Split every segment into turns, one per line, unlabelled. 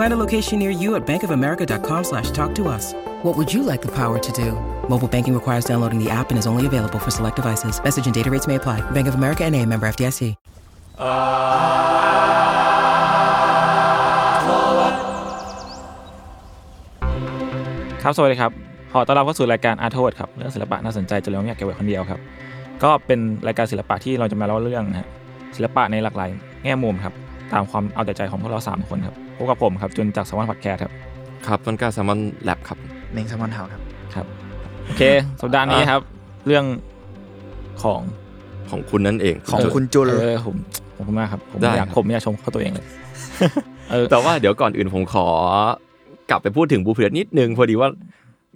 Find a location near you at bankofamerica.com slash talk to us. What would you like the power to do? Mobile banking requires downloading the app and is only available for select devices. Message and data rates may apply. Bank of America and a member FDIC.
ครับสวัสดีครับขอต้อนรับเข้าสู่รายการอาร์ทวดครับเรื่องศิลปะน่าสนใจจนเราไม่อยากเก็บไว้คนเดียวครับ ก็เป็นรายการศิลปะที่เราจะมาเล่าเรื่องนะฮะศิลปะในหลากหลายแง่มุมครับตามความเอาแต่ใจของพวกเราสามคนครับพบกับผมครับจุนจากสมอนพัดแคร์ครับ
ครับต้นกล้าแซลมอนแลบครับ
เมงแซลมอนเทาครับ
ครับโอเค สัปดาห์นี้ครับ เรื่องของ
ของคุณนั่นเอง
ของคุณจุล
เออผมผมมากครับผม
ได้
อยาก
ครับ
ผมอยากชมเขาตัวเองเลย เออ
แต่ว่าเดี๋ยวก่อนอื่นผมขอ กลับไปพูดถึงบูเพลตนิดนึง พอดีว่า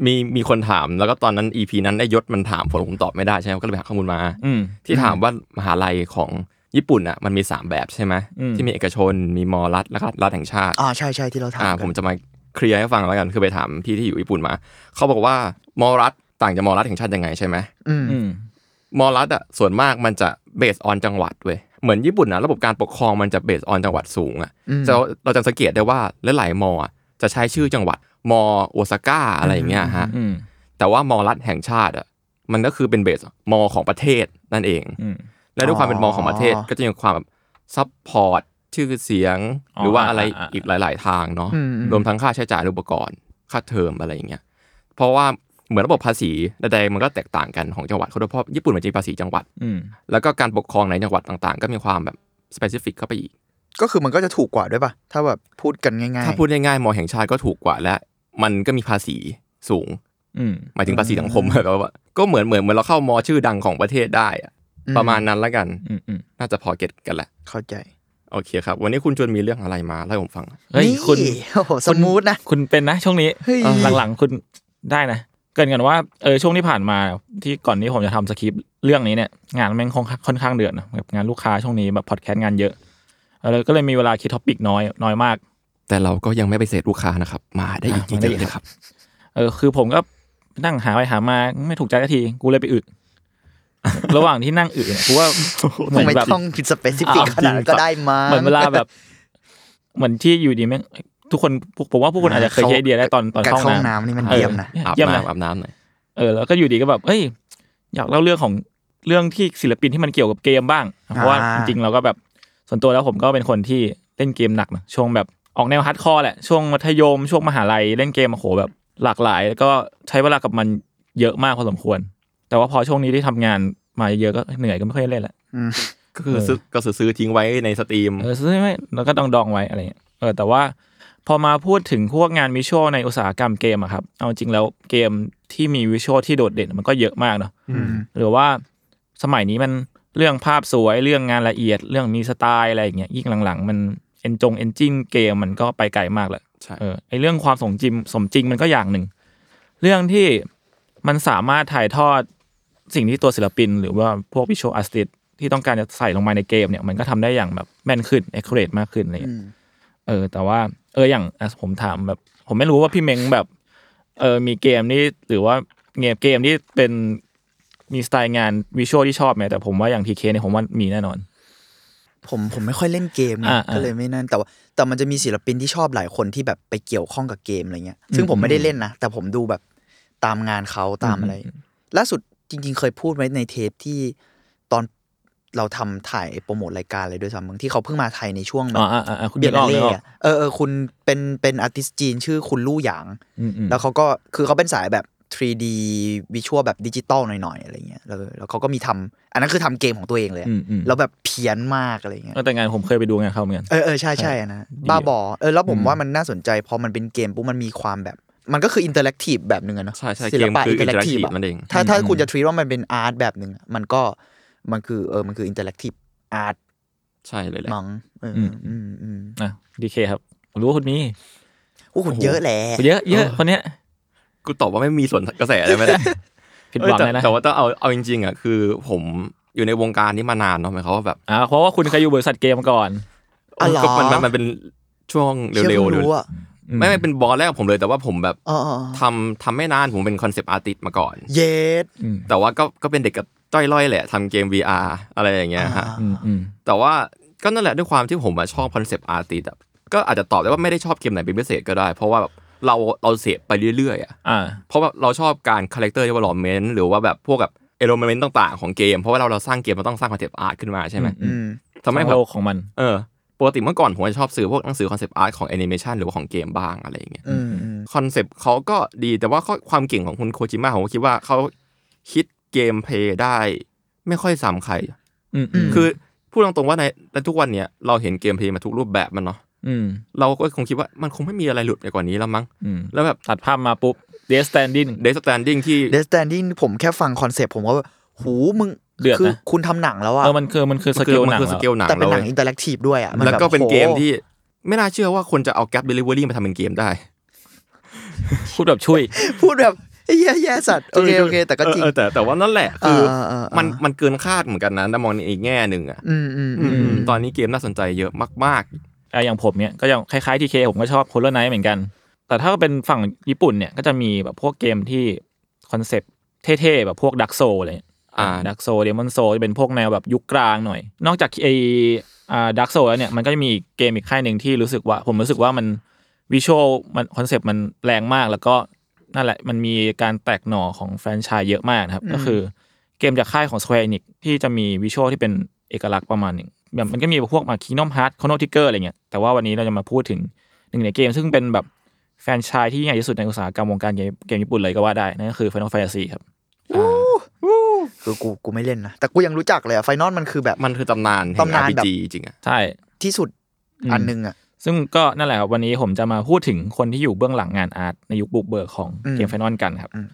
มีมีคนถามแล้วก็ตอนนั้น EP นั้นได้ยศมันถามผมผมตอบไม่ได้ใช่ไหมก็เลยไปหาข้อมูลมา
อืม
ที่ถามว่ามหาลัยของญี่ปุ่นอ่ะมันมี 3 แบบใช่ไหม
อืม
ที่มีเอกชนมีมอรัฐแล้วก็รัฐแห่งชาติ
อ่าใช่ใช่ที่เราถาม
อ่า
กั
ผ
น
มจะมาเคลียร์ให้ฟังแล้วกันคือไปถามพี่ที่อยู่ญี่ปุ่นมา เขาบอกว่ามอรัฐต่างจากมอรัฐแห่งชาติยังไงใช่ไหม
อืม
อืม
มอรัฐอ่ะส่วนมากมันจะเบสออนจังหวัดเว้ยเหมือนญี่ปุ่นนะระบบการปกครองมันจะเบสออนจังหวัดสูงอ่ะจะเราจะสังเกตได้ว่าหลายๆมออะจะใช้ชื่อจังหวัดมอโอซาก้าอะไรอย่างเงี้ยฮะ
อืม
แต่ว่ามอรัฐแห่งชาติอ่ะมันก็คือเป็นเบสมอของประเทศนั่นเอง
อืม
และด้วยความเป็นมอของประเทศก็จะมีความแบบซัพพอร์ตชื่อเสียง
อ๋อ
หรือว่าอะไร
อ่า
อีกหลาย ๆ ทางเนาะ
อืม
รวมทั้งค่าใช้จ่ายอุปกรณ์ค่าเทอมอะไรอย่างเงี้ยเพราะว่าเหมือนระบบภาษีใดๆมันก็แตกต่างกันของจังหวัดเขาด้วยเพราะญี่ปุ่นมันจะมีภาษีจังหวัด
อืม
แล้วก็การปกครองในจังหวัดต่างๆ ก็มีความแบบ s p e c i f i c เข้าไปอีก
ก็คือมันก็จะถูกกว่าด้วยป่ะ ถ้าแบบพูดกันง่ายๆ
ถ้าพูดง่ายๆมอแห่งชาติก็ถูกกว่าและ มันก็มีภาษีสูง
อืม
หมายถึงภาษีสังคม แบบว่าก็เหมือนเหมือนเหมือนเราเข้ามอชื่อดังของประเทศได้อะ
อื
ประมาณนั้นละกัน
อืมอืม
น่าจะพอเก็ตกันแหละ
เข้าใจ
โอเคครับ วันนี้คุณชวนมีเรื่องอะไรมาเล่าให้ผมฟัง
เฮ้ย
นี่
คุณ
โอ้โหสมูทนะ
คุณเป็นนะช่วงนี้
เฮ้ย
เออหลังๆคุณได้นะเกรินกันว่าเออช่วงที่ผ่านมาที่ก่อนนี้ผมจะทำสคริปต์เรื่องนี้เนี่ยงานแม่งค่อนข้างค่อนข้างเดือดนะแบบงานลูกค้าช่วงนี้แบบพอดแคสต์งานเยอะเออแล้วก็เลยมีเวลาคิดท็อปิกน้อยน้อยมาก
แต่เราก็ยังไม่ไปเสดลูกค้านะครับ มาได้อีก
อ่ะมาได้
เย
อีก
อะๆนะครับ
เออคือผมก็นั่งหาไปหามาไม่ถูกใจสักทีกูเลยไปอึระหว่างที่นั่งอึเนี่ย กูว่าเหมื
ทำ
อน
ไม
แบบ
ต้องผิดสเปซิฟิก
อ่า
ขนาดนั้นก็ได้มา
เหมือนเวลาแบบ เหมือนที่อยู่ดีแม่งทุกคนผมว่าผู้คนอาจจะเคยใช้ไอเดียได้ตอนตอน
การ
เข้า
เข้า
ห้อ
ห้อง ง
น้ำ
น้ำนี่มัน
เออ
เยี่ยมนะ
อาบ
เยี่ยมนะ
น้ำอาบน้ำหน่อย
เออแล้วก็อยู่ดีก็แบบ เอ้ย อยากเล่าเรื่องของเรื่องที่ศิลปินที่มันเกี่ยวกับเกมบ้าง เพราะว่า
อ่า
จริงๆเราก็แบบส่วนตัวแล้วผมก็เป็นคนที่เล่นเกมหนักนะช่วงแบบออกแนวฮาร์ดคอร์แหละ ช่วงมัธยม ช่วงมหาลัยเล่นเกมโอ้โหแบบหลากหลาย แล้วก็ใช้เวลากับมันเยอะมากพอสมควร แต่ว่าพอช่วงนี้ที่ทำงานมาเยอะก็เหนื่อยก็ไม่ค่อยได้เล่นละ
อืม
ก็คือ
เออ
ซื้อก็ซื้อทิ้งไว้ในสตรีม
เออซื้อไม่แล้วก็ดองดองๆไว้อะไรเงี้ยเออแต่ว่าพอมาพูดถึงพวกงานวิชวลในอุตสาหกรรมเกมอะครับเอาจริงแล้วเกมที่มีวิชวลที่โดดเด่นมันก็เยอะมากเนาะ
อืม
หรือว่าสมัยนี้มันเรื่องภาพสวยเรื่องงานละเอียด เรื่องมีสไตล์อะไรอย่างเงี้ยยิ่งหลังๆ มันเอนจงเอนจิงเกมมันก็ไปไกลมากแหละ
ใช่
เออไอเรื่องความสมจริงสมจริงมันก็อย่างหนึ่ง เรื่องที่มันสามารถถ่ายทอดสิ่งที่ตัวศิลปิน หรือว่าพวกวิชวลอาร์ติสที่ต้องการจะใส่ลงมาในเกมเนี่ยมันก็ทำได้อย่างแบบแม่นขึ้นเอ็กซ์เรมากขึ้นอะไรอย่างเงี้ย
อืม
เออแต่ว่าเอออย่างอ่ะผมถามแบบ ผมไม่รู้ว่าพี่เม้งแบบเออมีเกมนี่หรือว่าเกมเกมที่เป็นมีสไตล์งานวิชวลที่ชอบไหมแต่ผมว่าอย่างทีเคเนี่ยผมว่ามีแน่นอน
ผมผมไม่ค่อยเล่นเกมไง
อ่าอ่า
ก็เลยไม่นั่นแต่ว่าแต่มันจะมีศิลปินที่ชอบหลายคนที่แบบไปเกี่ยวข้องกับเกมอะไรเงี้ย ซึ่งผมไม่ได้เล่นนะแต่ผมดูแบบตามงานเขาตามอะไร ล่าสุดจริง ๆ เคยพูดไว้ในเทปที่ตอนเราทำถ่ายโปรโมทรายการเลยด้วยซ้ำมึงที่เขาเพิ่งมาไทยในช่วงแบบ
อ๋ออ่ะอ่ะอ่ะคุณ
เบียร์
นึกออก
เล่
นึกออก
เออเออคุณเป็นเป็นอาร์ติสจีนชื่อคุณลู่หยาง
อืมอืม
แล้วเขาก็คือเขาเป็นสายแบบ 3D วิชวลแบบดิจิตอลหน่อยๆอะไรเงี้ยแล้วแล้วเขาก็มีทำอันนั้นคือทำเกมของตัวเองเลยอะ
อืมอืม
แล้วแบบเพี้ยนมากอะไรเงี้ย
เออแต่งานผมเคยไปดูงานเขาเหมือนกัน
เออเออใช่ใช่อันนะบ้าบอเออแล้วผมว่ามันน่าสนใจพอมันเป็นเกมปุ๊บมันมีความแบบ มันก็คืออินเตอร์แอคทีฟแบบหนึ่งอะเนาะ
ใช่ใช่เกม
ศิลปะ
คือ
อินเตอร์แอคทีฟ
interactive
อะ
มันเอง
ถ้าถ้าคุณจะทรีว่ามันเป็นอาร์ตแบบหนึ่งอะมันก็มันคือเออมันคืออินเตอร์แอคทีฟอาร์ต
ใช่เลยแหละ
มั้งเออ
อื
อื
ม
มอืมอืม
นะดีเคครับผมรู้ว่าคุณมี
โอ้โหเยอะแหละ
เยอะเยอะ
เออ
คนเนี้ย
กูตอบว่าไม่มีส่วนกระแสเลยไม่ได้
ผิดหวัง
เอ้ยแต่
เลยนะ
แต่ว่าต้องเอาเอาจริงๆอ่ะคือผมอยู่ในวงการนี้มานานเนาะหมายความว่าแบบ
อ่าเพราะว่าคุณเคยอยู่บริษัทเกมมาก่อน
อ๋อเหรอ
ก็มันมันมันเป็นช่วงเร็วๆห
เชื่อ
รือ
เพิ่งรู้อะ
ไม่ไม่เป็นบอลแรกของผมเลยแต่ว่าผมแบบ
อ๋ออ๋อ
ทำทำไม่นานผมเป็นคอนเซปต์อาร์ติสมาก่อน
เยส
แต่ว่าก็ก็เป็นเด็กกับต้อยร่อยแหละทำเกม VR อะไรอย่างเงี้ยฮะ
อืมอืม
แต่ว่าก็นั่นแหละด้วยความที่ผมอะชอบคอนเซปต์อาร์ติสก็อาจจะตอบได้ว่าไม่ได้ชอบเกมไหนเป็นพิเศษก็ได้ เพราะว่าแบบเราเราเสพไปเรื่อยๆอ่ะ
อ่า
เพราะแบบเราชอบการคาแรคเตอร์ที่ว่าหลอมเมนหรือว่าแบบพวกแบบเอโลเมนต์ต่างๆของเกม เพราะว่าเราเราสร้างเกมเราต้องสร้างคอนเซปต์อาร์ตขึ้นมาใช่ไหม
อื
อืม
ทำให้
ของ
แบบ
โลกของมัน
เออปกติเมื่อก่อนผมจะชอบซื้อพวกหนังสือคอนเซปต์อาร์ตของแอนิเมชันหรือว่าของเกมบ้างอะไรอย่างเงี้ย
อืมอืม
คอนเซปต์เขาก็ดีแต่ว่าข้อความเก่งของคุณโคจิมะผมก็คิดว่าเขาคิดเกมเพลย์ได้ไม่ค่อยซ้ำใคร
อืมอืม
คือพูดตรงๆว่าในในทุกวันเนี้ยเราเห็นเกมเพลย์มาทุกรูปแบบมันเนาะ
อืม
เราก็คงคิดว่ามันคงไม่มีอะไรหลุดไปกว่านี้แล้วมั้ง
อืม
แล้วแบบ
ตัดภาพมาปุ๊บเดสแตนดิ้ง
เดสแตนดิ้งที่
เดสแตนดิ้งผมแค่ฟังคอนเซปต์ผมว่าแบบหูมึง
เดือดนะ
คืคุณทำหนังแล้วอะ
เออมันคือมันคือสเกลหนัง
มัคือส
แล้ว
เกลหนัง
แต่เป็นหนั
ล้ว
ง
ว้ย
อินเตอร์แอคทีฟด้วยอะมัน
แล้ว
บบ
ก็เป็น
โห
เกมที่ไม่น่าเชื่อว่าคนจะเอา Gap Delivery มาทำเป็นเกมได้
พูดแบบช่วย
พูดแบบแย่แย่สัตว์ โอเค โอเค แต่ก็จริง
เออเออแต่แต่ว่านั่นแหละคืออา
อ่าอ่ามั
มันมันเกินคาดเหมือนกันนะถ้ามองในอีกแง่หนึ่งอ่ะ
อืมอืมอืม
ม
ตอนนี้เกมน่าสนใจเยอะมาก
อ่ะอย่างผมเนี่ยก็ยังคล้ายๆทีเคผมก็ชอบโคลไนท์เหมือนกัน แต่ถ้าเป็นฝั่งญี่ปุ่นเนี่ยก็จะมีแบบพวกเกมที่คอนเซปต์เท่ๆ แบบพวกดักโซอะไร
อ่า
ดักโซเดมอนโซจะเป็นพวกแนวแบบยุคกลางหน่อย นอกจากไออ่าดักโซแล้วเนี่ยมันก็จะมีอีกเกมอีกค่ายหนึ่งที่รู้สึกว่า ผมรู้สึกว่ามันวิชวลมันคอนเซปต์มันแรงมากแล้วก็นั่นแหละมันมีการแตกหน่อของแฟรนไชส์เยอะมากนะครับ ก็คือเกมจากค่ายของ Square Enix ที่จะมีวิชวลที่เป็นเอกลักษณ์ประมาณหนึ่งแบบมันก็มีพวกมา Kingdom Hearts Chrono Trigger อะไรเงี้ยแต่ว่าวันนี้เราจะมาพูดถึงหนึ่งในเกม ซึ่งเป็นแบบแฟรนไชส์ที่ใหญ่ที่สุดในอุตสาหกรรมวงการเกมเกมญี่ปุ่นเลยก็ว่าได้นั่นก็คือ Final Fantasy ครับ
คือกู กูไม่เล่นนะ แต่กูยังรู้จักเลยอะไฟนอลมันคือแบบ
ๆ มันคือตำนานแห่ง
ตำนานแบบ
RPG จริงๆอ่ะ
ใช่
ที่สุด
อืม
อันหนึงอ่ะ
ซึ่งก็นั่นแหละครับวันนี้ผมจะมาพูดถึงคนที่อยู่เบื้องหลังงานอาร์ตในยุคบุกเบิกของ
อืม
เกมไฟนอลกันครับ
อืม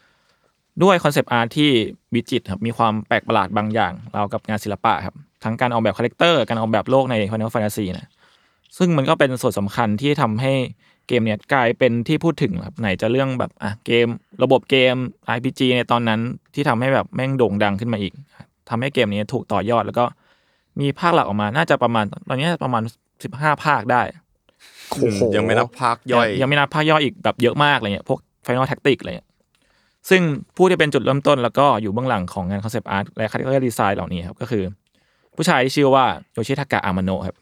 ด้วยคอนเซปต์อาร์ตที่วิจิตรครับมีความแปลกประหลาดบางอย่างราวกับงานศิลปะครับ ทั้งการออกแบบคาแรคเตอร์การออกแบบโลกใน Final Fantasy นะซึ่งมันก็เป็นส่วนสำคัญที่ทำให้เกมเนี่ยกลายเป็นที่พูดถึงครับไหนจะเรื่องแบบอ่ะเกม ระบบเกม RPG ในตอนนั้นที่ทำให้แบบแม่งโด่งดังขึ้นมาอีกทำให้เกมนี้ถูกต่อยอดแล้วก็มีภาคหลักออกมาน่าจะประมาณตอนนี้ประมาณ 15 ภาคได้
โอ้โห
ยังไม่นับภาคย่อย
ยังไม่นับภาคย่อยอีกแบบเยอะมากอะไรเงี้ยพวก Final Tactic อะไรเงี้ยซึ่งผู้ที่เป็นจุดเริ่มต้นแล้วก็อยู่เบื้องหลังของงานคอนเซปต์อาร์ตและคาแรคเตอร์ดีไซน์เหล่านี้ครับ ก็คือ ผู้ชายที่ชื่อว่าโยชิทากะอามาโนะครับ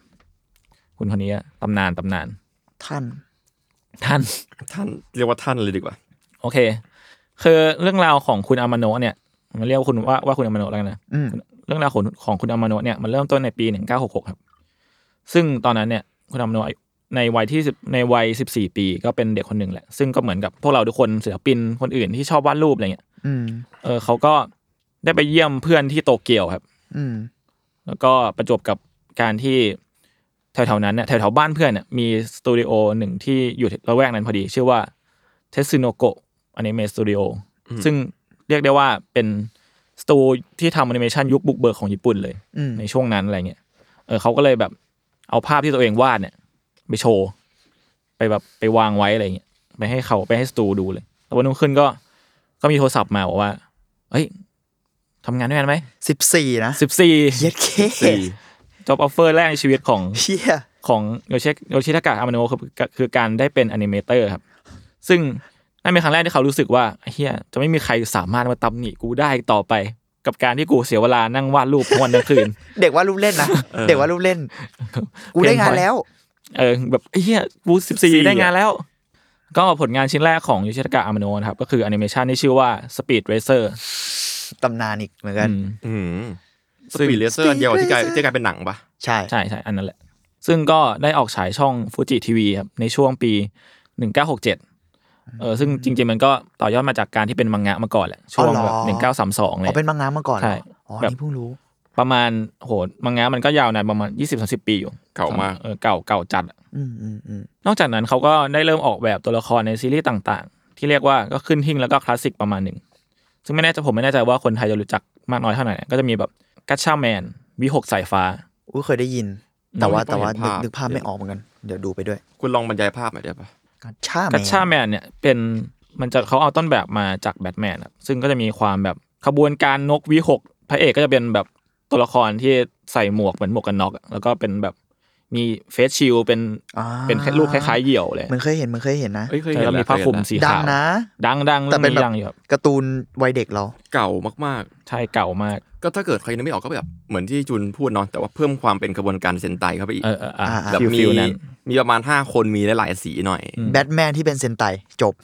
คุณคนนี้ตำนานตำนาน
ท่าน
ท่าน
ท่านเรียกว่าท่านเลยดีกว่า
โอเค คือเรื่องราวของคุณอามาโนะเนี่ยมันเรียกว่าคุณว่าว่าคุณอามาโนะแล้วกันนะ
อืม
เรื่องราวของของคุณอามาโนะเนี่ยมันเริ่มต้นในปี 1966 ครับ ซึ่งตอนนั้นเนี่ยคุณอามาโนะอายุในวัยที่10ในวัย 14 ปีก็เป็นเด็กคนหนึ่งแหละ ซึ่งก็เหมือนกับพวกเราทุกคนศิลปินคนอื่นที่ชอบวาดรูปอะไรเงี้ย
อืม
เออเขาก็ได้ไปเยี่ยมเพื่อนที่โตเกียวครับ
อืม
แล้วก็ประจวบกับการที่แถวๆนั้นเนี่ยแถวๆบ้านเพื่อนเนี่ยมีสตูดิโอหนึ่งที่อยู่ระแวกนั้นพอดี ชื่อว่าเทส u โนโกะอนิเมะสตูดิโอซึ่งเรียกได้ว่าเป็นสตูที่ทำแอนิเมชันยุคบุกเบิกของญี่ปุ่นเลย
อืม
ในช่วงนั้นอะไรเงี้ยเออเขาก็เลยแบบเอาภาพที่ตัวเองวาดเนี่ย ไปโชว์ ไปแบบไปวางไว้อะไรเงี้ยไปให้เขาไปให้สตูดูเลยแล้ววันนุ่งขึ้นก็ก็มีโทรศัพท์มาบอกว่าเอ้ยทำงานด้วยกันไหม
สิบสี่นะ
สิบสี่
เย็ดเค
สี่
จอบออฟเฟอร์แรกในชีวิตของ
เชี่ย
ของโยเชคโยชิทากะอามาโนะคือคือการได้เป็นอนิเมเตอร์ครับ ซึ่งนั่นเป็นครั้งแรกที่เขารู้สึกว่าเฮียจะไม่มีใครสามารถมาตำหนิกูได้อีกต่อไป กับการที่กูเสียเวลานั่งวาดรูปทั้งวันทั้งคืน
เด็กว่าดรูปเล่นนะ เด็กว่าดรูปเล่น กูได้งานแล้ว
เออแบบเฮียบูสิบสี่ได้งานแล้ว ก็ผลงานชิ้นแรกของโยชิทากะอามาโนะนะครับ ก็คือแอนิเมชันที่ชื่อว่า Speed Racer
ตำนานอีกเหมือนกัน
อืม
อืมส
ซึ่ง
ปีดเลเซอร์เดียวกับที่กลายที่กลายเป็นหนังปะ
ใช่
ใช่ใช่อันนั้นแหละ ซึ่งก็ได้ออกฉายช่องฟูจิทีวีครับในช่วงปี 1967 เออซึ่งจริง ๆ มันก็ต่อยอดมาจากการที่เป็นมังงะมาก่อนแหละช่วง
อ๋อเหรอ
หนึ่งเก้าสามสองเลย
เอาเป็นมังงะมาก่อนเหร
ใช่
ออ๋อ
แบบ
นี่เพิ่งรู้
ประมาณโหมังงะมันก็ยาวนานประมาณยี่สิบสาสิบปีอยู่
เก่ามาก
เออเก่าเก่าจัดอะ
อืมอืมอืม
นอกจากนั้นเขาก็ได้เริ่มออกแบบตัวละครในซีรีส์ต่างๆ ที่เรียกว่าก็ขึ้นหิ้งแล้วก็คลาสสิกประมาณหนึ่ง ซึ่งไม่แน่ใจผมไม่แน่ใจว่าคนไทยจะรู้จักมากน้อยเท่าไหร่นะก็จะมีแบบกัชชาแมนวิหกสายฟ้า
อุ้ยเคยได้ยิน แต่ว่า
ไม่
แต่ว่า
เห็น
นึก
ภาพ
นึกภาพไม่ออกเหมือนกัน เดี๋ยวดูไปด้วย
คุณลองบรรยายภาพหน่อยได้ปะ
กัชชาแม
กัช
น
ชาแมนเนี่ยเป็นมันจะเขาเอาต้นแบบมาจากแบทแมนครับซึ่งก็จะมีความแบบขบวนการนกวีหกพระเอกก็จะเป็นแบบตัวละครที่ใส่หมวกเหมือนหมวกกันน็อกอะแล้วก็เป็นแบบมีเฟซชิลด์เป็น
อ่า
เป็นแค่ลูกคล้ายๆเหยี่ยวเลย
มึงเคยเห็นมึงเคยเห็นนะ
เอ้ยเคย
แต่
เห็น
แล้วมีผ้าคลุมสี
ดัง
ขาว
นะ
ดังดัง
แต่
เรื่อง
เป็น
นี้
แบบ
ดังอยู่ครับ
การ์ตูนวัยเด็กเรา
เก่ามาก
ใช่เก่ามาก
ๆ ก็ถ้าเกิดใครนึกไม่ออกก็แบบเหมือนที่จุนพูดเนาะแต่ว่าเพิ่มความเป็นกระบวนการเซนไตเข้าไปอีก
เออเอออ่ะ
อ่าอ่า
แบบ
ฟิลฟิ
มี
ลนั้น
มีประมาณ 5 คนมีหลายๆสีหน่อย
อืม
แบทแมนที่เป็นเซนไตจบ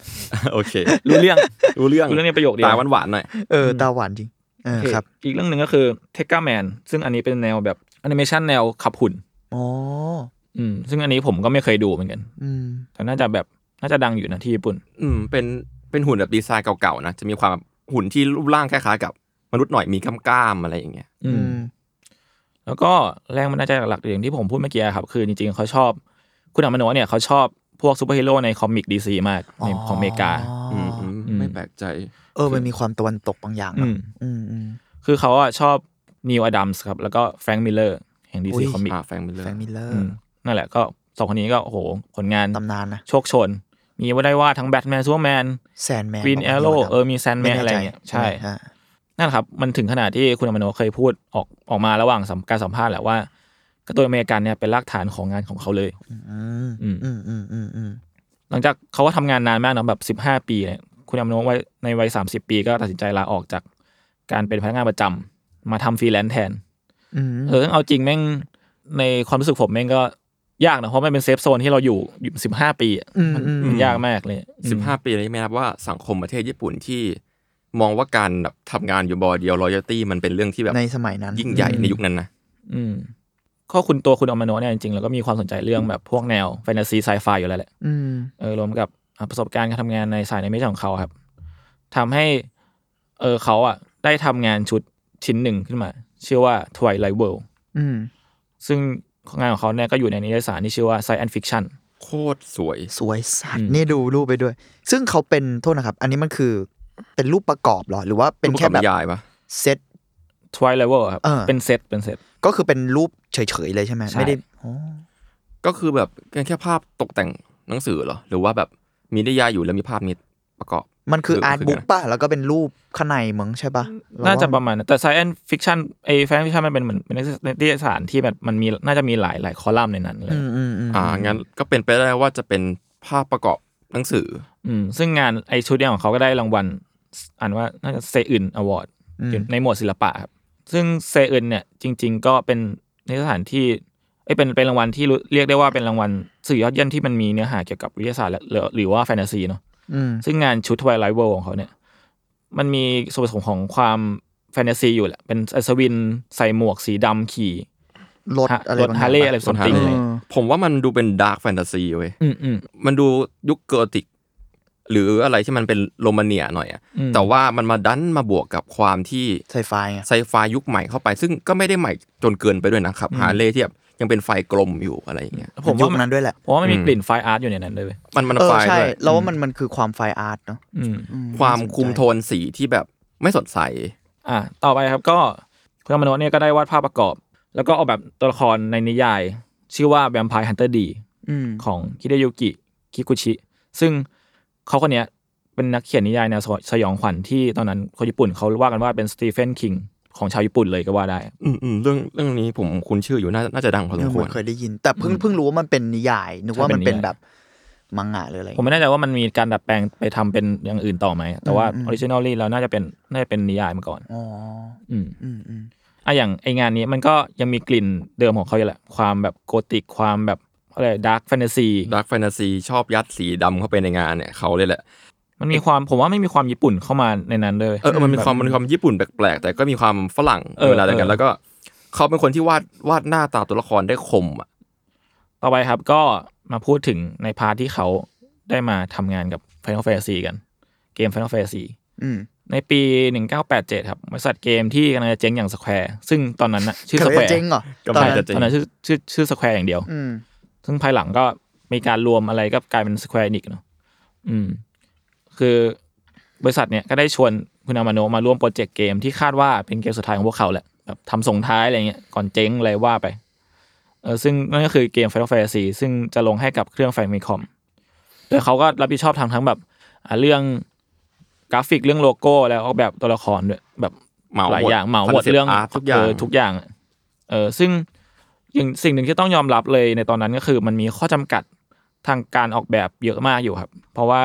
โอเค
รู้เรื่อง
รู้เรื่อง
รู้เรื่องในประโยคเดีย
ตาว หวานๆหน่อย
เออตาหวานจริงเออ
โอเค
ครับ
อีกเรื่องหนึ่งก็คือเทก a าแมนซึ่งอันนี้เป็นแนวแบบแอนิเมชันแนวขับหุ่น
อ๋อ
อืมซึ่งอันนี้ผมก็ไม่เคยดูเหมือนกัน
อืม
แต่น่าจะแบบน่าจะดังอยู่นะที่ญี่ปุ่น
อืมเป็นเป็นหุ่นแบบดีไซน์เก่าๆนะจะมีความหุ่นที่รูปร่างคล้ายๆกับมนุษย์หน่อยมีกำกล้ามๆอะไรอย่างเงี้ย
อืม แล้วก็แรงมันดาลใจหลักๆอย่างที่ผมพูดเมื่อกี้ครับ คือจริงๆเขาชอบ คุณอามาโนะเนี่ยเขาชอบพวกซูเปอร์ฮีโร่ในคอมิกดีซีมากในของอเมริกา
อืมอืม
อืม
ไม่แปลกใจ
เออ มันมีความตะวันตกบางอย่าง
อื
เนอะ
ม
อืมอืม
คือเขาอะชอบนิวอดัมส์ครับ แล้วก็แฟรงค์มิลเลอร์แห่งดี
อุ๊
ซี
ย
คอมิก
อ่าแฟงมิลเลอ
แฟ
ร์
นมิลเลอ
อืม
ร์
นั่นแหละก็สองคนนี้ก็โอ้โห ผลงาน
ตำนานนะ
โชคโชน มีว่าได้ว่าทั้งแบทแมนซูเปอร์แมน
แซนแมน
Green Arrow เออมี Sandman อะไรเงี้ยใช่ นั่นแหละครับ มันถึงขนาดที่คุณอามาโนะเคยพูดออกออกมาระหว่างสัมการสัมภาษณ์แหละว่าการ์ตัวอเมริกันเนี่ยเป็นรากฐานของงานของเขาเลย
อืม
อืม
อืมอืมอืมอืม
หลังจากเขาก็ทำงานนานมากเนอะแบบสิบห้าปีเนี่ยคุณยามโนะไว้ในวัยสามสิบปีก็ตัดสินใจลาออกจากการเป็นพนักงานประจำมาทำฟรีแลนซ์แทน
อืม
เออซึ่งเอาจริงแม่งในความรู้สึกผมแม่งก็ยากนะเพราะมันเป็นเซฟโซนที่เราอยู่อยู่สิบห้าปีอะ
อืม
มัน
อืม
มันยากมากเลย
สิบห้าปีนี้ไม่นับว่าสังคมประเทศญี่ปุ่นที่ มองว่าการแบบทำงานอยู่บอเดียวรอยัลตี้มันเป็นเรื่องที่แบบ
ในสมัยนั้น
ยิ่งใหญ่ในยุคนั้นนะ
อืมข้อคุณตัวคุณอามาโนะเนี่ยจริงๆแล้วก็มีความสนใจเรื่องแบบพวกแนวแฟนตาซีไซไฟอยู่แล้วแหละ
อืม
เออรวมกับอ่ะประสบการณ์การทำงานในสายในเมจของเขาครับทำให้เออเขาอ่ะได้ทำงานชุดชิ้นหนึ่งขึ้นมา ชื่อว่า Twilight World
อืม
ซึ่งงานของเขาเนี่ยก็อยู่ในนิตยสารที่ชื่อว่า Science and Fiction
โคตรสวย
สวยสัต
อื
ว์
ม
นี่ดูรูปไปด้วย ซึ่งเขาเป็นโทษนะครับ อันนี้มันคือเป็นรูปประกอบเหรอ หรือว่าเป็นแค่แบบ
รูปประกอบนิยายปะ
เซต
Twilight World ครับ
เออ
เป็นเซตเป็นเซต
ก็คือเป็นรูปเฉยๆเลยใช่ไหม
ใช่
ไม่ได้อ๋อ
ก็คือแบบแค่ภาพตกแต่งหนังสือเหรอ หรือว่าแบบมีนิยายอยู่แล้วมีภาพนี้ประกอบ
มันคือ
คือ
อาร์ต
คือ
บุ๊ก
ไง
ป่ะ แล้วก็เป็นรูปข้างในมึงใช่ป่ะเร
น่าจะ
ว่
ประมาณนั้นแต่ Science Fiction ไอ้ Science Fiction มันเป็นเหมือนเป็นนิตยสารที่แบบมันมีน่าจะมีหลายหลายคอลัมน์ในนั้นเลย
อืมอืมอืม
อ่างั้นก็เป็นไปได้ว่าจะเป็นภาพประกอบหนังสือ
อืมซึ่งงานไอ้ชุดเนี้ยของเขาก็ได้รางวัลอ่านว่าน่าจะเซอื่นอวอร์ด
อืม
อยู่ในหมวดศิลปะครับ ซึ่งเซเอินเนี่ยจริง ๆ ก็เป็นในสถานที่เอ้ยเป็นเป็นรางวัลที่รู้เรียกได้ว่าเป็นรางวัลสื่อยอดเยี่ยมที่มันมีเนื้อหาเกี่ยวกับวิทยาศาสตร์และหรือหรือว่าแฟนตาซีเนาะ
อืม
ซึ่งงานชุดทวายไลท์เวิลของเขาเนี่ย มันมีส่วนผสมของความแฟนตาซีอยู่แหละ เป็นอัศวินใส่หมวกสีดำขี่
รถอะไร
รถ
บางอย่าง
ฮาร์เลย์
ปะ
อะไรสมติง
รถ
เลย
เออ
ผมว่ามันดูเป็นดาร์กแฟนตาซีเว้ย
อืมอืม
มันดูยุคเกอร์ติก หรืออะไรที่มันเป็นโรมาเนียหน่อยอะ
อืม
แต่ว่ามันมาดันมาบวกกับความที่
ไซไฟไง
ไซไฟยุคใหม่เข้าไปซึ่งก็ไม่ได้ใหม่จนเกินไปด้วยนะครับฮาเล่ที่แบบยังเป็นไฟกลมอยู่อะไรอย่างเงี้ย
ผม
ยุค
ว่ามั
นั้นนด้วยแหละ
เพราะว่ามันมี
อืม
กลิ่นไฟอาร์ตอยู่ในนั้นเลยเว้ย
มันมัน
เออ
ไฟ
ใช่
ด้วย
เราว่ามันมันคือความไฟอาร์ตเนาะ
อืม
อื
ความ
น่สนใจ
คุมโทนสีที่แบบไม่สดใส
อ่ะต่อไปครับก็คุณอมโนะเนี่ยก็ได้วาดภาพประกอบ แล้วก็ออกแบบตัวละครในนิยาย ชื่อว่า Vampire Hunter D
อืม
ของคิเดยุกิคิกุชิ ซึ่งเขาคนเนี้ยเป็นนักเขียนนิยายแนวสยองขวัญที่ตอนนั้นคนญี่ปุ่นเขาว่ากันว่าเป็นสตีเฟนคิงของชาวญี่ปุ่นเลยก็ว่าได้
อืมอืมเรื่องเรื่องนี้ผมคุ้นชื่ออยู่น่าน่าจะดังพอส
เอ
ม
อ
ค
เห
ว
มื
ร
อนเคยได้ยิน แต่เพิ่งเพิ่งรู้ว่ามันเป็นนิยาย นึกว่ามัน
เป็
เป็น น
นิยาย
แบบมังงะหรืออะไร
ผมไม่แน่ใจว่ามันมีการดัดแปลงไปทำเป็นอย่างอื่นต่อไหม แต่ว่าออริจินอลลี่เราน่าจะเป็นน่าจะเป็นนิยายมาก่อน
อ๋อ
อืม
อืมอืม
อะอย่างไองานนี้มันก็ยังมีกลิ่นเดิมของเขาอยู่แหละ ความแบบโกธิกความแบบอะไรดาร์กแฟนตาซี
ดาร์กแฟนตาซีชอบยัดสีดำเข้าไปในงานเนี่ยเขาเลยแหละ
มันมีความผมว่าไม่มีความญี่ปุ่นเข้ามาในนั้นเลย
เออเออมันมีความมันมีความญี่ปุ่นแปลกๆ แต่ก็มีความฝรั่ง
เออ
เวลาเดียวกั
เอน อ
แล้วก็เขาเป็นคนที่วาดวาดหน้าตาตัวละครได้คมอ่ะ
ต่อไปครับก็มาพูดถึงในพาร์ทที่เขาได้มาทำงานกับ Final Fantasy กัน เกม Final Fantasy
อืม
ในปี 1987 ครับบริษัทเกมที่กำลังจะเจ๊งอย่าง Square ซึ่งตอนนั้นนะชื่อ
เกิด
Square
เจ๊งเหรอ
ก็
ตอน
ไม่
นั้
จะ
น
เจ๊ง
ตอนนั้นชื่อชื่อชื่อ Square อย่างเดียว
อืม
ซึ่งภายหลังก็มีการรวมอะไรก็กลายเป็น Square Enix เนอะอืม คือบริษัทเนี่ยก็ได้ชวนคุณอามาโนะมาร่วมโปรเจกต์เกมที่คาดว่าเป็นเกมสุดท้ายของพวกเขาแหละแบบทำส่งท้ายอะไรเงี้ยก่อนเจ๊งอะไรว่าไปเออซึ่งนั่นก็คือเกม Final Fantasy ซึ่งจะลงให้กับเครื่อง Famicom โดยเขาก็รับผิดชอบทำทั้งแบบอ่าเรื่องกราฟิกเรื่องโลโก้แล้วก็แบบตัวละครด้วยแบบ
เหมา
หลายอย่างเหมาหมด
concept
เรื่อง
art ทุกอย่าง
เทุกอย่างอะเออซึ่งอย่างสิ่งหนึ่งที่ต้องยอมรับเลยในตอนนั้นก็คือ มันมีข้อจำกัดทางการออกแบบเยอะมากอยู่ครับ เพราะว่า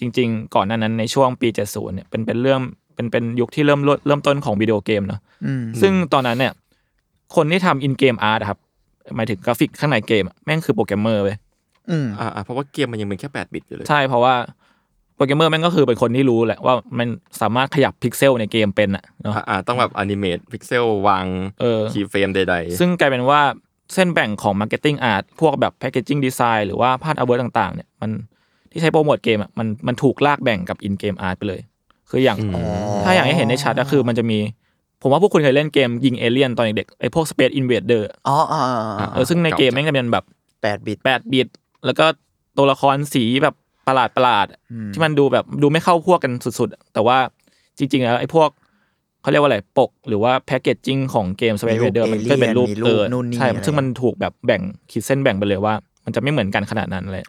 จริง ๆ ก่อนหน้านั้นในช่วงปี 70เนี่ยเป็นเป็นเรื่องเป็นเป็นยุคที่เริ่มเริ่มต้นของวิดีโอเกมเนาะ
อืม
ซึ่งตอนนั้นเนี่ย คนที่ทำอินเกมอาร์ตครับหมายถึงกราฟิกข้างในเกมอะแม่งคือโปรแกรมเมอร์เว้ย
อืม
อ่าๆเพราะว่าเกมมันยังเป็นแค่8บิตอยู่เลย
ใช่เพราะว่าโปรแกรมเมอร์แม่งก็คือเป็นคนที่รู้แหละว่ามันสามารถขยับพิกเซลในเกมเป็นอะเนาะ
อ่าๆต้องแบบอนิเมตพิกเซลวาง
เออ
คีย์เฟรมใดๆ
ซึ่งกลายเป็นว่าเส้นแบ่งของ Marketing Art พวกแบบ Packaging Design หรือว่าพาดอาเวิร์ต่างๆเนี่ยมันที่ใช้โปรโมทเกมอ่ะมันมันถูกลากแบ่งกับ In Game Art ไปเลย คืออย่าง
อืม
ถ้าอย่างให้เห็นได้ชัดก็คือมันจะมี ผมว่าพวกคุณเคยเล่นเกมยิงเอเลี่ยนตอนเด็กๆไอ้พวก Space Invader อะ
อ๋ออ๋อ
อ่ะ
เออซึ่งในเกมแม่งจะเป็นแบบ
แปดบิต
8 บิต แล้วก็ตัวละครสีแบบประหลาดประหลาดๆอะ
อืม
ที่มันดูแบบดูไม่เข้าพวกกันสุดๆอะแต่ว่าจริงๆแล้วไอ้พวกเขาเรียกว่าอะไรปก หรือว่าแพ c เกจจิ้งของเกมสเป
มี
ซ
รู
เว
ป
เดอร์มันก็เป็นรูป
alien มีรูป
เออ
นู่นนี่
ใช่
อะไร
ซึ่งมันถูกแบบแบ่งขีดเส้นแบ่งไปเลยว่า มันจะไม่เหมือนกันขนาดนั้นเลย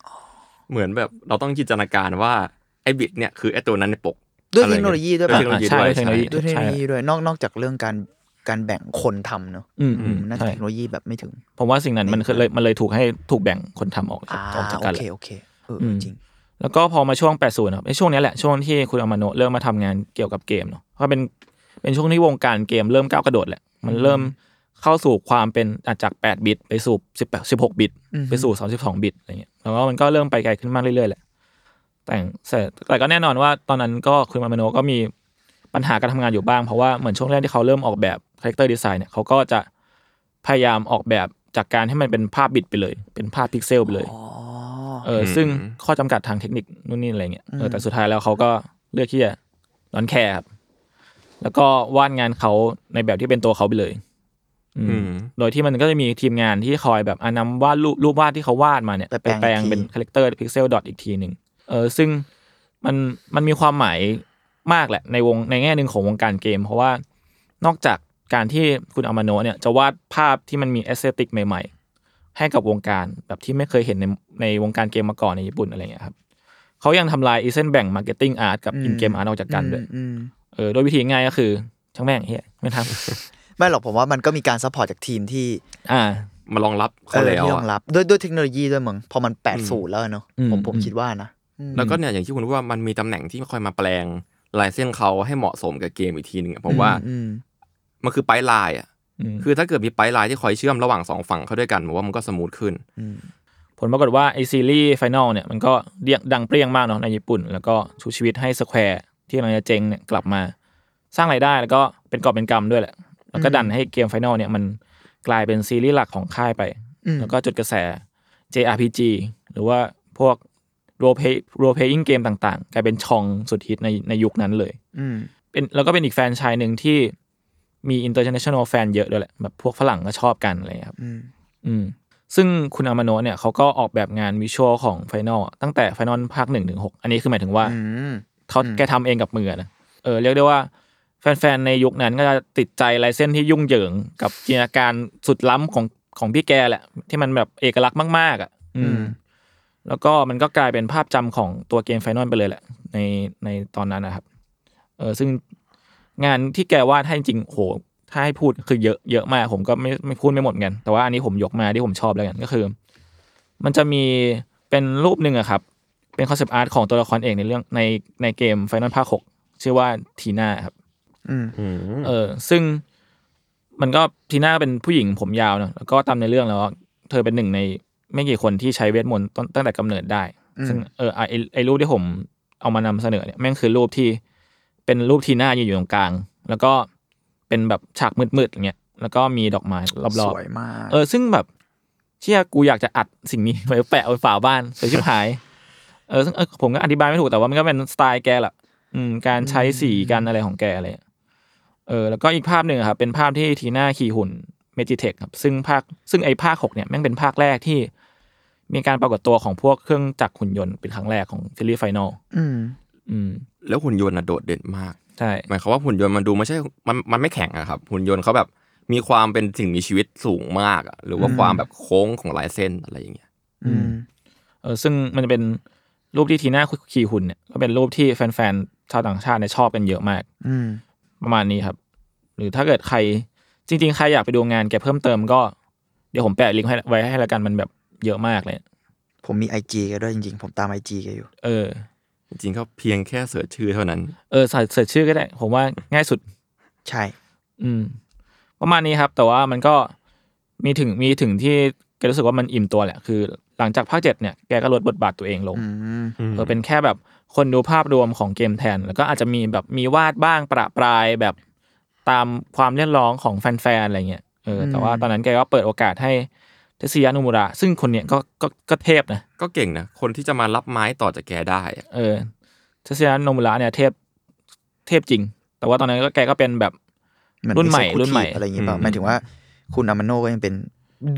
เหมือนแบบเราต้องจินตนาการว่าไอ้บิตเนี่ยคือไอ้ตัวนั้นในปก
ด้วย
อะ
เท
ไร
คโนโลยีด้วย
เท
ป่ะ
คโนโลยี
ใช่
ด้วย
เทคโนโลยี
ด้วยเทคโนโลยีด้วยนอกนอกจากเรื่องการการแบ่งคนทำเนอะ
อืม
อืมน่าจะ
ใช่
เทคโนโลยีแบบไม่ถึง
ผมว่าสิ่งนั้นมันคือเลยมันเลยถูกให้ถูกแบ่งคนทำออก
อ่า
ออกจาก
โอ
กัน
เค
เลย
โอเคเออ
อืม
จริง
แล้วก็พอมาช่วง 80 ครับไอ้ช่วงเนี้ยแหละ ช่วงที่คุณอามาโนะเริ่มมาทำงานเกี่ยวกับเกมเนาะก็เป็นเป็นช่วงที่วงการเกมเริ่มก้าวกระโดดแหละ มันเริ่มเข้าสู่ความเป็นอาจจาก 8 บิต ไปสู่18 16 บิต
อือฮึ
ไปสู่ 32 บิตอะไรเงี้ยแล้วก็มันก็เริ่มไปไกลขึ้นมากเรื่อยๆแหละ แต่งแต่แต่ก็แน่นอนว่าตอนนั้นก็คุณอามาโนะก็มีปัญหาการทำงานอยู่บ้าง เพราะว่าเหมือนช่วงแรกที่เขาเริ่มออกแบบคาแรคเตอร์ดีไซน์เนี่ยเขาก็จะพยายามออกแบบจากการให้มันเป็นภาพบิตไปเลย เป็นภาพพิกเซลไปเลย
อ๋อ
เออซึ่งข้อจำกัดทางเทคนิคนู่นนี่อะไรเงี้ยเออแต่สุดท้ายแล้วเขาก็เลือกที่จะนอนแคร์ครับ แล้วก็วาดงานเขาในแบบที่เป็นตัวเขาไปเลย อืม
อืม
โดยที่มันก็จะมีทีมงานที่คอยแบบอ่ะนำวาดรูปรูปวาดที่เขาวาดมาเนี่ย
ไป
ไป
แปลง
แปลง
อีกที
เป็นคาแรคเตอร์พิกเซลดอทอีกทีหนึ่งเออซึ่งมันมันมีความหมายมากแหละในวงในแง่หนึ่งของวงการเกม เพราะว่านอกจากการที่คุณอามาโนะเนี่ยจะวาดภาพที่มันมีเอสเตติกใหม่ ๆ ให้กับวงการแบบที่ไม่เคยเห็นในในวงการเกมมาก่อนในญี่ปุ่นอะไรเงี้ยครับเขายังทำลายอีเส้นแบ่งมาร์เก็ตติ้งอาร์ตกับ
อืม
อินเกมอาร์ตออกจากกันด้วย
อืม
เออโดยวิธีง่ายก็คือ ช่างแม่งเฮียไม่ท
อืมไม่หรอกผมว่ามันก็มีการซัพพอร์ตจากทีมที่
ำ อ่า
มารองรับ
เอ
เขา
อ
แล้ว
ที่รอง
อะ
รับด้วยด้วยเทคโนโลยีด้วยมึงพอมันแปดสูตรแล้วเนอะ
อืม
ผมผม
อืม
คิดว่านะอืม
แล้วก็เนี่ยอย่างที่คุณรู้ว่ามันมีตำแหน่งที่คอยมาแปลงลายเส้นเขาให้เหมาะสมกับเกมอีกทีหนึ่งอะผมว่า
อืม
มันคือไปลายลายอ่ะ
อืม
คือถ้าเกิดมีไปลายลายที่คอยเชื่อมระหว่างสองฝั่งเข้าด้วยกันผมว่ามันก็สมูทขึ้น
อืม
ผลปรากฏว่าไอซีรีส์ไฟนอลเนี่ยมันก็เรียกดังเปรี้ยงมากเนาะในญี่ปุ่น แล้วก็ชูชีวิตให้สแควร์ที่กำลังจะเจงเนี่ยกลับมา สร้างรายได้แล้วก็เป็นกอบเป็นกำด้วยแหละ แล้วก็ดันให้เกมไฟนอลเนี่ยมันกลายเป็นซีรีส์หลักของค่ายไป
อืม
แล้วก็จุดกระแส JRPG หรือว่าพวก role play role playing เกมต่างๆ กลายเป็นช่องสุดฮิตในในยุคนั้นเลย
อืม
เป็นแล้วก็เป็นอีกแฟรนไชายหนึ่งที่มี international fan เยอะด้วยแหละ แบบพวกฝรั่งก็ชอบกันอะไรอย่างเงี้ยครับ
อืม
อืม ซึ่งคุณอามาโนะเนี่ยเขาก็ออกแบบงานวิชวลของไฟนอลตั้งแต่ไฟนอลภาคหนึ่งถึงหกอันนี้คือหมายถึงว่า
อืม
เขาแกทำเองกับมือนะ เออเรียกได้ว่าแฟนๆ ในยุคนั้นก็จะติดใจลายเส้นที่ยุ่งเหยิงกับจินตนาการสุดล้ำของของพี่แกแหละ ที่มันแบบเอกลักษณ์มาก ๆ อ่ะ อื
อื
ม
ม
แล้วก็มันก็กลายเป็นภาพจำของตัวเกมไฟนอลไปเลยแหละ ในในตอนนั้นนะครับ เออซึ่งงานที่แกวาดให้จริงโหถ้าให้พูดคือเยอะเยอะมากผมก็ไม่ไม่พูดไม่หมดเหมือนกัน แต่ว่าอันนี้ผมยกมาที่ผมชอบแล้วกันก็คือ มันจะมีเป็นรูปหนึ่งอะครับ เป็นคอนเซปต์อาร์ตของตัวละครเอกในเรื่องในในเกมไฟนอลภาคหกชื่อว่าทีน่าครับ
อืม
อืม
เออซึ่งมันก็ทีน่าเป็นผู้หญิงผมยาวเนอะแล้วก็ตามในเรื่องแล้วก็เธอเป็นหนึ่งในไม่กี่คนที่ใช้เวทมนต์ต้นตั้งแต่กำเนิดได้
อืม
ซึ่งเออไอไอ้ไอรูปที่ผมเอามานำเสนอเนี่ยแม่งคือรูปที่เป็นรูปทีน่ายืนอยู่ตรงกลาง แล้วก็เป็นแบบฉากมืดๆอย่างเงี้ยแล้วก็มีดอกไม้รอบๆ
สวยมาก
เออซึ่งแบบเชี่ยกูอยากจะอัดสิ่งนี้ ไว้แปะไว้ฝาบ้านสวยชิบหาย เอ เออซึ่งเออผมก็อธิบายไม่ถูกแต่ว่ามันก็เป็นสไตล์แกแหละอืมการใช้สีการอะไรของแกอะไรอย่างเงี้ยเออแล้วก็อีกภาพหนึ่งอะครับเป็นภาพที่ทีน่าขี่หุ่นเมจิเทคครับซึ่งภาคซึ่งไอ้ภาคหกเนี่ยแม่งเป็นภาคแรกที่ มีการปรากฏตัวของพวกเครื่องจักรหุ่นยนต์เป็นครั้งแรกของซีรีส์ไฟนอล
อืม
อืม
แล้วหุ่นยนต์อะโดดเด่นมาก
ใช่
หมายความว่าหุ่นยนต์มันดูไม่ใช่ มันมันไม่แข็งอะครับ หุ่นยนต์เขาแบบมีความเป็นสิ่งมีชีวิตสูงมากอะหรือว่า
อืม
ความแบบโค้งของลายเส้นอะไรอย่างเงี้ย
อืม
เออซึ่งมันจะเป็นรูปที่ทีน่าขี่หุ่นเนี่ยก็เป็นรูปที่แฟนๆชาวต่างชาติเนี่ยชอบกันเยอะมาก
อืม
ประมาณนี้ครับ หรือถ้าเกิดใครจริง ๆ ใครอยากไปดูงานแกเพิ่มเติมก็ เดี๋ยวผมแปะลิงก์ให้ไว้ให้ละกันมันแบบเยอะมากเลย
ผมมีไอจีแกด้วยจริงๆ ผมตามไอจีแกอยู่
เออ
จริงๆก็เพียงแค่เสิร์ชชื่อเท่านั้น
เออใส่เสิร์ชชื่อก็ได้ ผมว่าง่ายสุด
ใช่
อืม ประมาณนี้ครับ แต่ว่ามันก็มีถึงมีถึงที่แกรู้สึกว่ามันอิ่มตัวแหละคือ หลังจากภาคเจ็ดเนี่ยแกก็ลดบทบาทตัวเองลง
อืม
เออเป็นแค่แบบคนดูภาพรวมของเกมแทน แล้วก็อาจจะมีแบบมีวาดบ้างประปรายแบบตามความเรียกร้องของแฟนๆอะไรเงี้ยเออแต่
อืม
ว่าตอนนั้นแกก็เปิดโอกาสให้เทสยานุมุระ ซึ่งคนเนี้ยก็ก็ก็เทพนะ
ก็เก่งนะ คนที่จะมารับไม้ต่อจากแกได้อะ
เออเทสยานุมุระเนี่ยเทพเทพจริง แต่ว่าตอนนั้นก็แกก็เป็นแบบ
เอน
รุ่นใหม่
executive
รุ่นใหม่
อะไรอย่างเงี้ยเปล่าหมายถึงว่าคุณอามาโนก็ยังเป็น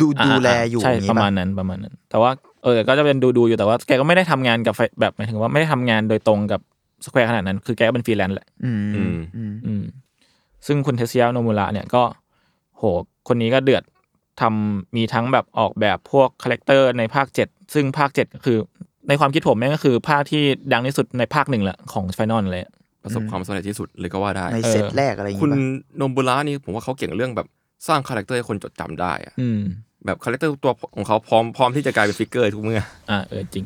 ดูดูแลอยู่
ใช่
อย่างงี้
ประมาณนั้นประมาณนั้น แต่ว่าเออก็จะเป็นดูดูๆอยู่แต่ว่าแกก็ไม่ได้ทำงานกับไฟแบบหมายถึงว่าไม่ได้ทำงานโดยตรงกับสแควร์ขนาดนั้นคือแกก็เป็นฟรีแลนซ์แหละ
อืม
อืม
อืม
อืมซึ่งคุณเทสยาโนมูระเนี่ยก็ โห คนนี้ก็เดือดทำมีทั้งแบบออกแบบพวกคาแรคเตอร์ในภาค 7 ซึ่งภาค 7 ก็คือในความคิดผมแม่งก็คือภาคที่ดังที่สุดในภาคหนึ่งแหละของไฟนอลเลย
ประสบความสำเร็จที่สุดเลยก็ว่าได้
ในเซตแรกอะไรอย่าง
คุณ
เงี้ย
โนมบุระนี่ผมว่าเขาเก่งเรื่องแบบสร้างคาแรคเตอร์ให้คนจดจำได้อะ
อืม
แบบคาแรคเตอร์ตัวของเขาพร้อมพร้อมที่จะกลายเป็นฟิกเกอร์ทุกเมื่อ
อ่าเออจริง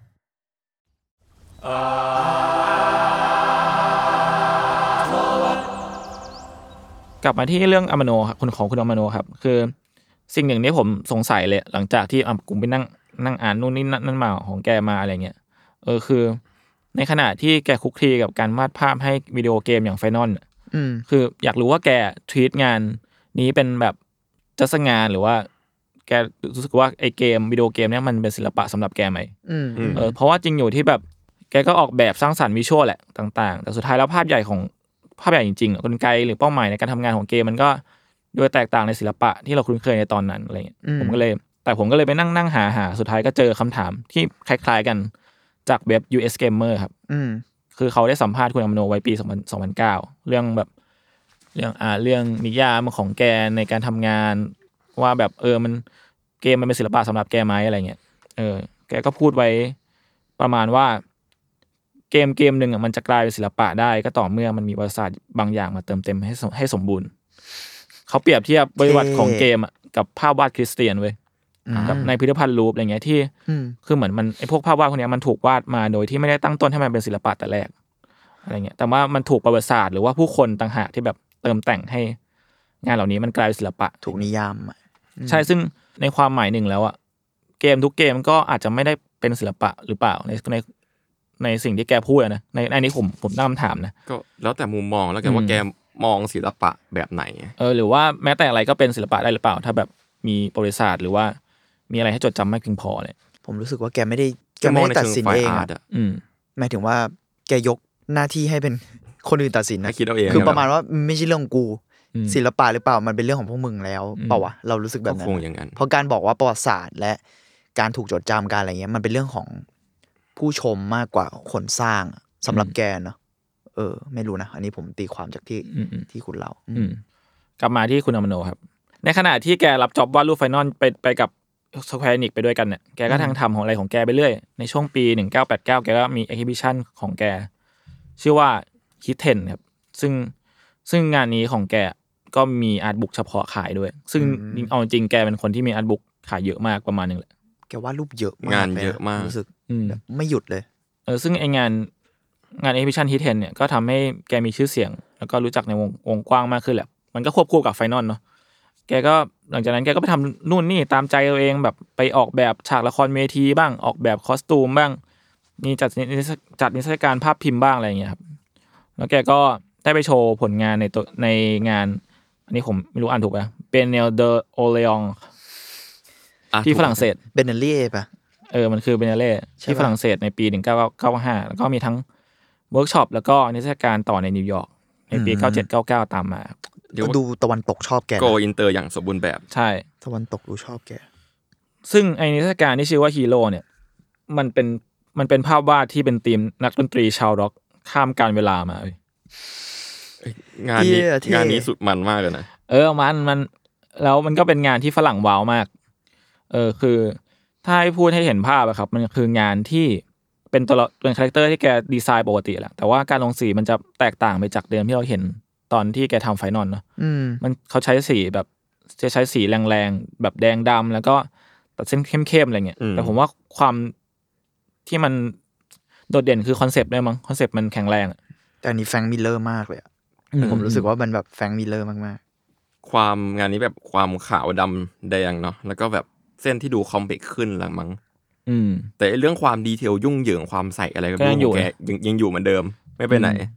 กลับมาที่เรื่องอามาโนครับคุณของคุณอามาโนครับ คือ สิ่งหนึ่งที่ผมสงสัยเลย หลังจากที่อ่ะกลุ่มไปนั่งนั่งอ่านนู่นนี่นั่นนั่นมาของแกมาอะไรเงี้ยเออคือ ในขณะที่แกคุกคลีกับการวาดภาพให้วิดีโอเกมอย่างไฟนอล
อืม
คืออยากรู้ว่าแกทวีตงานนี้เป็นแบบจัสงานหรือว่า แกรู้สึกว่าไอเกมวิดีโอเกมเนี้ยมันเป็นศิลปะสำหรับแกไหม
อืม
อืม
เออเพราะว่าจริงอยู่ที่แบบแกก็ออกแบบสร้างสรรค์วิชวลแหละต่างๆ แต่สุดท้ายแล้วภาพใหญ่ของภาพใหญ่จริงๆอะกลไกหรือเป้าหมายในการทำงานของเกมมันก็โดยแตกต่างในศิลปะที่เราคุ้นเคยในตอนนั้นอะไรเงี้ย
อืม
ผมก็เลย แต่ผมก็เลยไปนั่งนั่งหาหาสุดท้ายก็เจอคำถามที่คล้าย ๆกันจากเว็บ US Gamer ครับ
อืม
คือเขาได้สัมภาษณ์คุณอมโนไว้ปี2000 2009 เรื่องแบบเรื่องอ่าเรื่องนิยามของแกในการทำงาน ว่าแบบเออมันเกมมันเป็นศิลปะสำหรับแกไหมอะไรเงี้ยเออ แกก็พูดไว้ประมาณว่า เกมเกมหนึ่งอ่ะมันจะกลายเป็นศิลปะได้ ก็ต่อเมื่อมันมีประวัติศาสตร์บางอย่างมาเติมเต็มให้สมให้สมบูรณ์ เขาเปรียบเทียบประวัติของเกมอ่ะกับภาพวาดคริสเตียนเว้ยกับในพิพิธภัณฑ์รูปอะไรเงี้ยที่
อืม
คือเหมือนมันไอพวกภาพวาดพวกเนี้ยมันถูกวาดมาโดยที่ไม่ได้ตั้งต้นให้มันเป็นศิลปะแต่แรกอะไรเงี้ย แต่ว่ามันถูกประวัติศาสตร์หรือว่าผู้คนต่างหากที่แบบเติมแต่งให้ งานเหล่านี้มันกลายเป็นศิลปะ
ถูกนิยามอะ
ใช่ซึ่งในความหมายหนึ่งแล้วอะเกมทุกเกมก็อาจจะไม่ได้เป็นศิลปะหรือเปล่าในในในสิ่งที่แกพูดอะนะในในนี้ผมผมตั้งคำถามนะ
ก็แล้วแต่มุมมองแล้วกันว่าแกมองศิลปะแบบไหน
เออหรือว่าแม้แต่อะไรก็เป็นศิลปะได้หรือเปล่า ถ้าแบบมีประวัติศาสตร์หรือว่ามีอะไรให้จดจำมากเพียงพอเนี่ย
ผมรู้สึกว่าแกไม่ได้แก
แกม
ไม่
องใน
ได้ตัด
เชิง
สิน
ไฟ
เอง
อา
อะ
ร์ตอะ
อืม
หมายถึงว่าแกยกหน้าที่ให้เป็นคนอื่นตัดสินนะ
ให้คิดเอาเอง
คื
ใช่
อ
ไหม
ประมาณว่าไม่ใช่เรื่องกู
อืม
ศิลปะหรือเปล่ามันเป็นเรื่องของพวกมึงแล้ว
อืม
เปล่าวะเรารู้สึกแบ
ก็
บนั้
คน งอย่างนั้น
เพราะการบอกว่าประวัติศาสตร์ และการถูกจดจำการอะไรเงี้ยมันเป็นเรื่องของผู้ชมมากกว่าคนสร้างสำหรับแกเนาะเออ ไม่รู้นะ อันนี้ผมตีความจากที่
อืมอืม
ที่คุณเล่า
อืมกลับมาที่คุณอมโนครับ ในขณะที่แกรับจ็อบวาดรูปไฟนอลไปไปกับสแควร์นิกไปด้วยกันเนี่ยแกก็ทางทำของอะไรของแกไปเรื่อย ในช่วงปี 1989 แกก็มี e อ h i ิบิชันของแก ชื่อว่าคิเทนครับซึ่งซึ่งงานนี้ของแกก็มีอาร์ตบุ๊กเฉพาะขายด้วย ซึ่งเอาจริงๆแกเป็นคนที่มีอาร์ตบุ๊กขายเยอะมากประมาณหนึงแหละ
แกวาดรูปเยอะมาก
งาน
ล
เยอะมาก
รู้สึก
อืม
แบบไม่หยุดเลย
เออซึ่งไองานงานเอ i ิบิชันฮิตเทนเนี่ยก็ทำให้แกมีชื่อเสียง แล้วก็รู้จักในวงวงกว้างมากขึ้นแหละ มันก็ควบคู่กับไฟนอลเนาะแกก็หลังจากนั้นแกก็ไปทำนู่นนี่ตามใจตัวเองแบบไปออกแบบฉากละครเวทีบ้างออกแบบคอสตูมบ้าง มีจัดนิทรรศจัดนิทรรศการภาพพิมพ์บ้างอะไรอย่างเงี้ยครับแล้วแกก็ได้ไปโชว์ผลงานในตัวในงาน อันนี้ผมไม่รู้อ่านถูกไหมเป็นเนลเดอโอเลอง
อ่ะ
ที่ฝรั่งเศส
เบนเนลี่ปะ
เออ มันคือเบเนเล่
ใช่
ที่
ปะ
ฝรั่งเศสในปี 1995 แล้วก็มีทั้งเวิร์กช็อปแล้วก็นิทรรศการต่อในนิวยอร์กในปี 9799 ตามมาครับ
เรียกว่า
ดูตะวันตกชอบแกนะ
โกอินเตอร์อย่างสมบูรณ์แบบ
ใช่
ตะวันตกดูชอบแก
ซึ่งไอ้นิทรรศการที่ชื่อว่าฮีโร่เนี่ย มันเป็นมันเป็นภาพวาดที่เป็นธีมนักดนตรีชาวร็อกข้ามการเวลามาเว้ย
งานนี้
เท่เท่
งานนี้สุดมันมากเลยนะ
เออ มันมันแล้วมันก็เป็นงานที่ฝรั่งว้าวมาก เออคือ ถ้าให้พูดให้เห็นภาพอะครับ มันคืองานที่เป็นตัวละเป็นคาแรคเตอร์ที่แกดีไซน์ปกติแหละแต่ว่าการลงสีมันจะแตกต่างไปจากเดิมที่เราเห็นตอนที่แกทำไฟนอลเนาะ
อืม
มันเขาใช้สีแบบจะใช้สีแรงๆ แบบแดงดำแล้วก็ตัดเส้นเข้มๆอะไรเงี้ยแต่ผมว่าความที่มันโดดเด่นคือคอนเซปต์ด้วยมั้งคอนเซปต์มันแข็งแรงอะ
แต่อันนี้แฟรงค์มิลเลอร์มากเลยอะ
อืม
ผมรู้สึกว่ามันแบบแฟรงค์มิลเลอร์มาก
ความงานนี้แบบความขาวดำแดงเนาะแล้วก็แบบเส้นที่ดูคอมเพล็กซ์ขึ้นหลังมั้ง
อืม
แต่ไอ้เรื่องความดีเทลยุ่งเหยิงความใส่อะไรก็
ก็ยังอยู่
ขแก
นะ
ยังยังอยู่เหมือนเดิม ไม่ไปไหน
อืม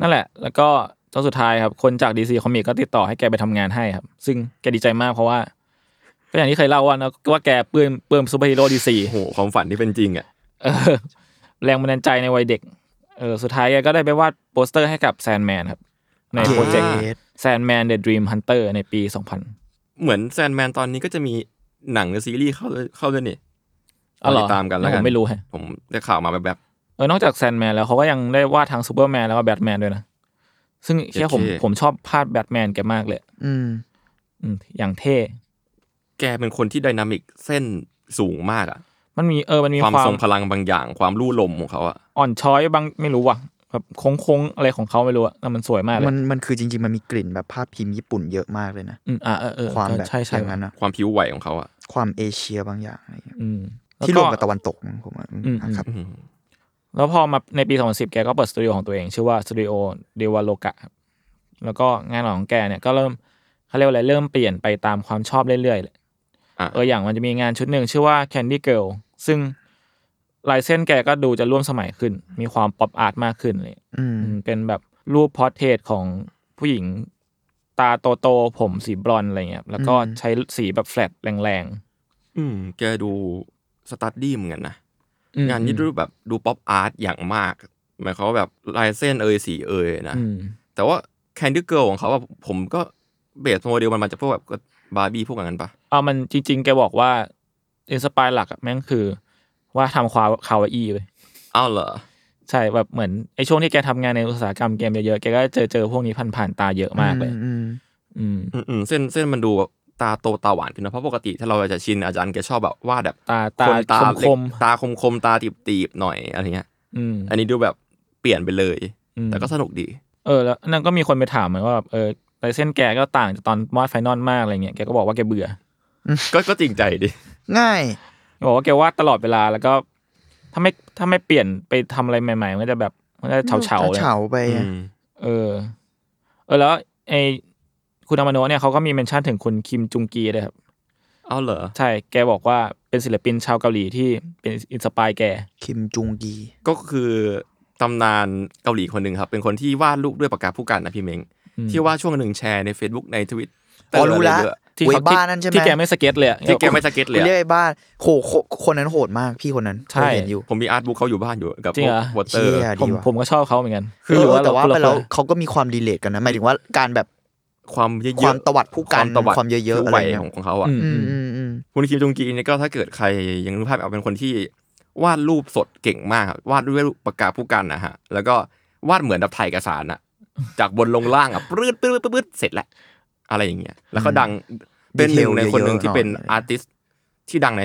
นั่นแหละ แล้วก็ตอนสุดท้ายครับ คนจากดีซีคอมิกก็ติดต่อให้แกไปทำงานให้ครับ ซึ่งแกดีใจมากเพราะว่า ก็อย่างที่เคยเล่าว่านะว่าแกเปื้มเปื้มซูเปอร์ฮีโร่ดีซี
โอ้โหความฝันที่เป็นจริงอ่ะ
เออแรงบันดาลใจในวัยเด็ก เออสุดท้ายแกก็ได้ไปวาดโปสเตอร์ให้กับแซนแมนครับ ใน
ๆ
โปรเจกต์
อ่า
เจ็ด
Sandman The Dream Hunter ในปี 2000
เหมือนแซนแมนตอนนี้ก็จะมีหนังหรือซีรีส์เข้าด้วยเข้าด้วยนี่
อ๋อเหรอ
ติดตามกันแล้วกั
ผ
น
มไม่รู้แฮะ
ผมได้ข่าวมาแบบ
เออนอกจากแซนแมนแล้วเขาก็ยังได้วาดทางซูเปอร์แมนแล้วก็แบทแมนด้วยนะ ซึ่งแค่ผม
เท่
ผมชอบภาพแบทแมนแกมากเลย
อืม
อืมอย่างเท่
ๆแกเป็นคนที่ไดินามิกเส้นสูงมากอ่ะ
มันมีเออมันมี
ความ
ความ
ทรงพลังบางอย่าง ความลู่ลมของเขาอ่ะ
อ่อนช้อยบางไม่รู้ว่ะแบบโค้งๆ อะไรของเขาไม่รู้อะแต่มันสวยมากเล
มั
ย
นมันคือจริง ๆ มันมีกลิ่นแบบภาพพิมพ์ญี่ปุ่นเยอะมากเลยนะ
อืมอ่าเออเออ
ความแบบ
ใช่ใช่
อย่างนั้นนะ
ความผิวไหวของเขาอ่ะ
ความเอเชียบางอย่างอะไรอย่างเงี้ย
อืม
ที่ร
แล้
วมกับตะวันตกผมว่า
อืม
นะครับ
อืม
แล้วพอมาในปี 2010 แกก็เปิดสตูดิโอของตัวเอง ชื่อว่าสตูดิโอเดวาโลกะครับแล้วก็งานของแกเนี่ยก็เริ่มเขาเรียกว่าอะไรเริ่มเปลี่ยนไปตามความชอบเรื่อยๆเลย
อ่ะ
เอออย่างมันจะมีงานชุดหนึ่งชื่อว่า Candy Girl ซึ่งลายเส้นแกก็ดูจะร่วมสมัยขึ้น มีความป๊อปอาร์ตมากขึ้นเลย
อืม
อืมเป็นแบบรูปพอร์เทรตของผู้หญิงตาโตๆผมสีบลอนด์อะไรเงี้ยแล้วก็ใช้สีแบบแฟลตแรง
อืมแกดูสตัดดี้เหมือนกันนะ
ๆอืม
งานนี้ดูแบบดูป๊อปอาร์ตอย่างมาก หมายความว่าแบบลายเส้นเอยสีเอยนะ
อืม
แต่ว่าแคนดี้เกิลของเขาอะผมก็เบสโมเดลมันมาจากพวกแบบบาร์บี้พวกอย่างนั้นปะ
เอามันจริง ๆ แกบอกว่าอินสปายหลักอะแม่งคือ ว่าทำความคาวาอีไป
อ้าวเหรอ
ใช่แบบเหมือนไอ้ช่วงที่แกทำงานในอุตสาหกรรมเกมเยอะๆ แกก็เจอเจอพวกนี้ผ่านๆตาเยอะมากเลย
อืม
อืม
อืมๆเส้นเส้นมันดูแบบตาโตตาหวานขึ้นนะเพราะปกติถ้าเราจะชินอาจารย์แกชอบแบบวาดแบบ
ตาตาคม
คนตาเล็ก
ม
ตาคมคมๆตาตีบตีบๆหน่อยอะไรเงี้ย
อืม
อันนี้ดูแบบเปลี่ยนไปเลย
อืม
แต่ก็สนุกดี
เออแล้วนั่นก็มีคนไปถามเหมือนว่าแบบเออลายเส้นแกก็ต่างจากตอนวาดไฟนอลมากอะไรเงี้ยแกก็บอกว่าแกเบื่อ
ก็ก็จริงใจดิ
ง่าย
แกบอกว่าแกวาดตลอดเวลาแล้วก็ถ้าไม่ถ้าไม่เปลี่ยนไปทำอะไรใหม่ๆมันก็จะแบบมันก็จะเฉาๆเลย
เฉาไปอะ
อืม
เออ เออแล้วไอ้คุณอามาโนะเนี่ยเขาก็มีเมนชั่นถึงคุณคิมจุงกีด้วยครับ
เอ้าวเหรอ
ใช่ แกบอกว่าเป็นศิลปินชาวเกาหลีที่เป็นอินสปายแก
คิมจุงกี
ก็คือตำนานเกาหลีคนหนึ่งครับ เป็นคนที่วาดรูปด้วยปากกาผู้กันนะพี่เม้งที่ว่าช่วงหนึ่งแชร์ใน Facebook ในทวิต
อ๋อรู้ละ
ที่
เว้ย
เขา
บ้านั่นใช่ไหม
ที่แกไม่สเก็ตเลยอะ
ที่แกไม่สเก็ตเลย
เรียก
อะ
ไอ้บ้านโหโคคนนั้นโหดมากพี่คนนั้น
ใช่
เคยเห็นอยู่
ผมมีอาร์ตบุ๊กเขาอยู่บ้านอยู่กับ
จริงเหรอ
วอเตอร์
เชี่ย
ผม
ดีว่ะ
ผมก็ชอบเขาเหมือนกัน
คือ
หรื
แต่ว่า
คน
ไป
ละ
แล้
ค
ว
น
เขาก็มีความดีเลทกันนะหมายถึงว่าการแบบ
ความเยอะๆ
ความตวัดผู้กั
ควา
น
มตวัด
ความเยอะๆ
ผู้
อะไร
ไหว
เงี้ย
ของของเขาอ่ะ
อืม
อืมอืมอืม
คุณคิมจงกีเนี่ยก็ถ้าเกิดใครยังรู้ภาพเอาเป็นคนที่วาดรูปสดเก่งมากครับวาดด้วยปากกาผู้กันนะฮะ แล้วก็วาดเหมือนดับถ่ายเอกสารอะจากบนลงล่างอะปรืดปรืดปรืดเสร็จแล้วอะไรอย่างเงี้ยแล้วก็ดังเป็นหนึ่งในคนหนึ่งที่เป็นอาร์ติสที่ดังใน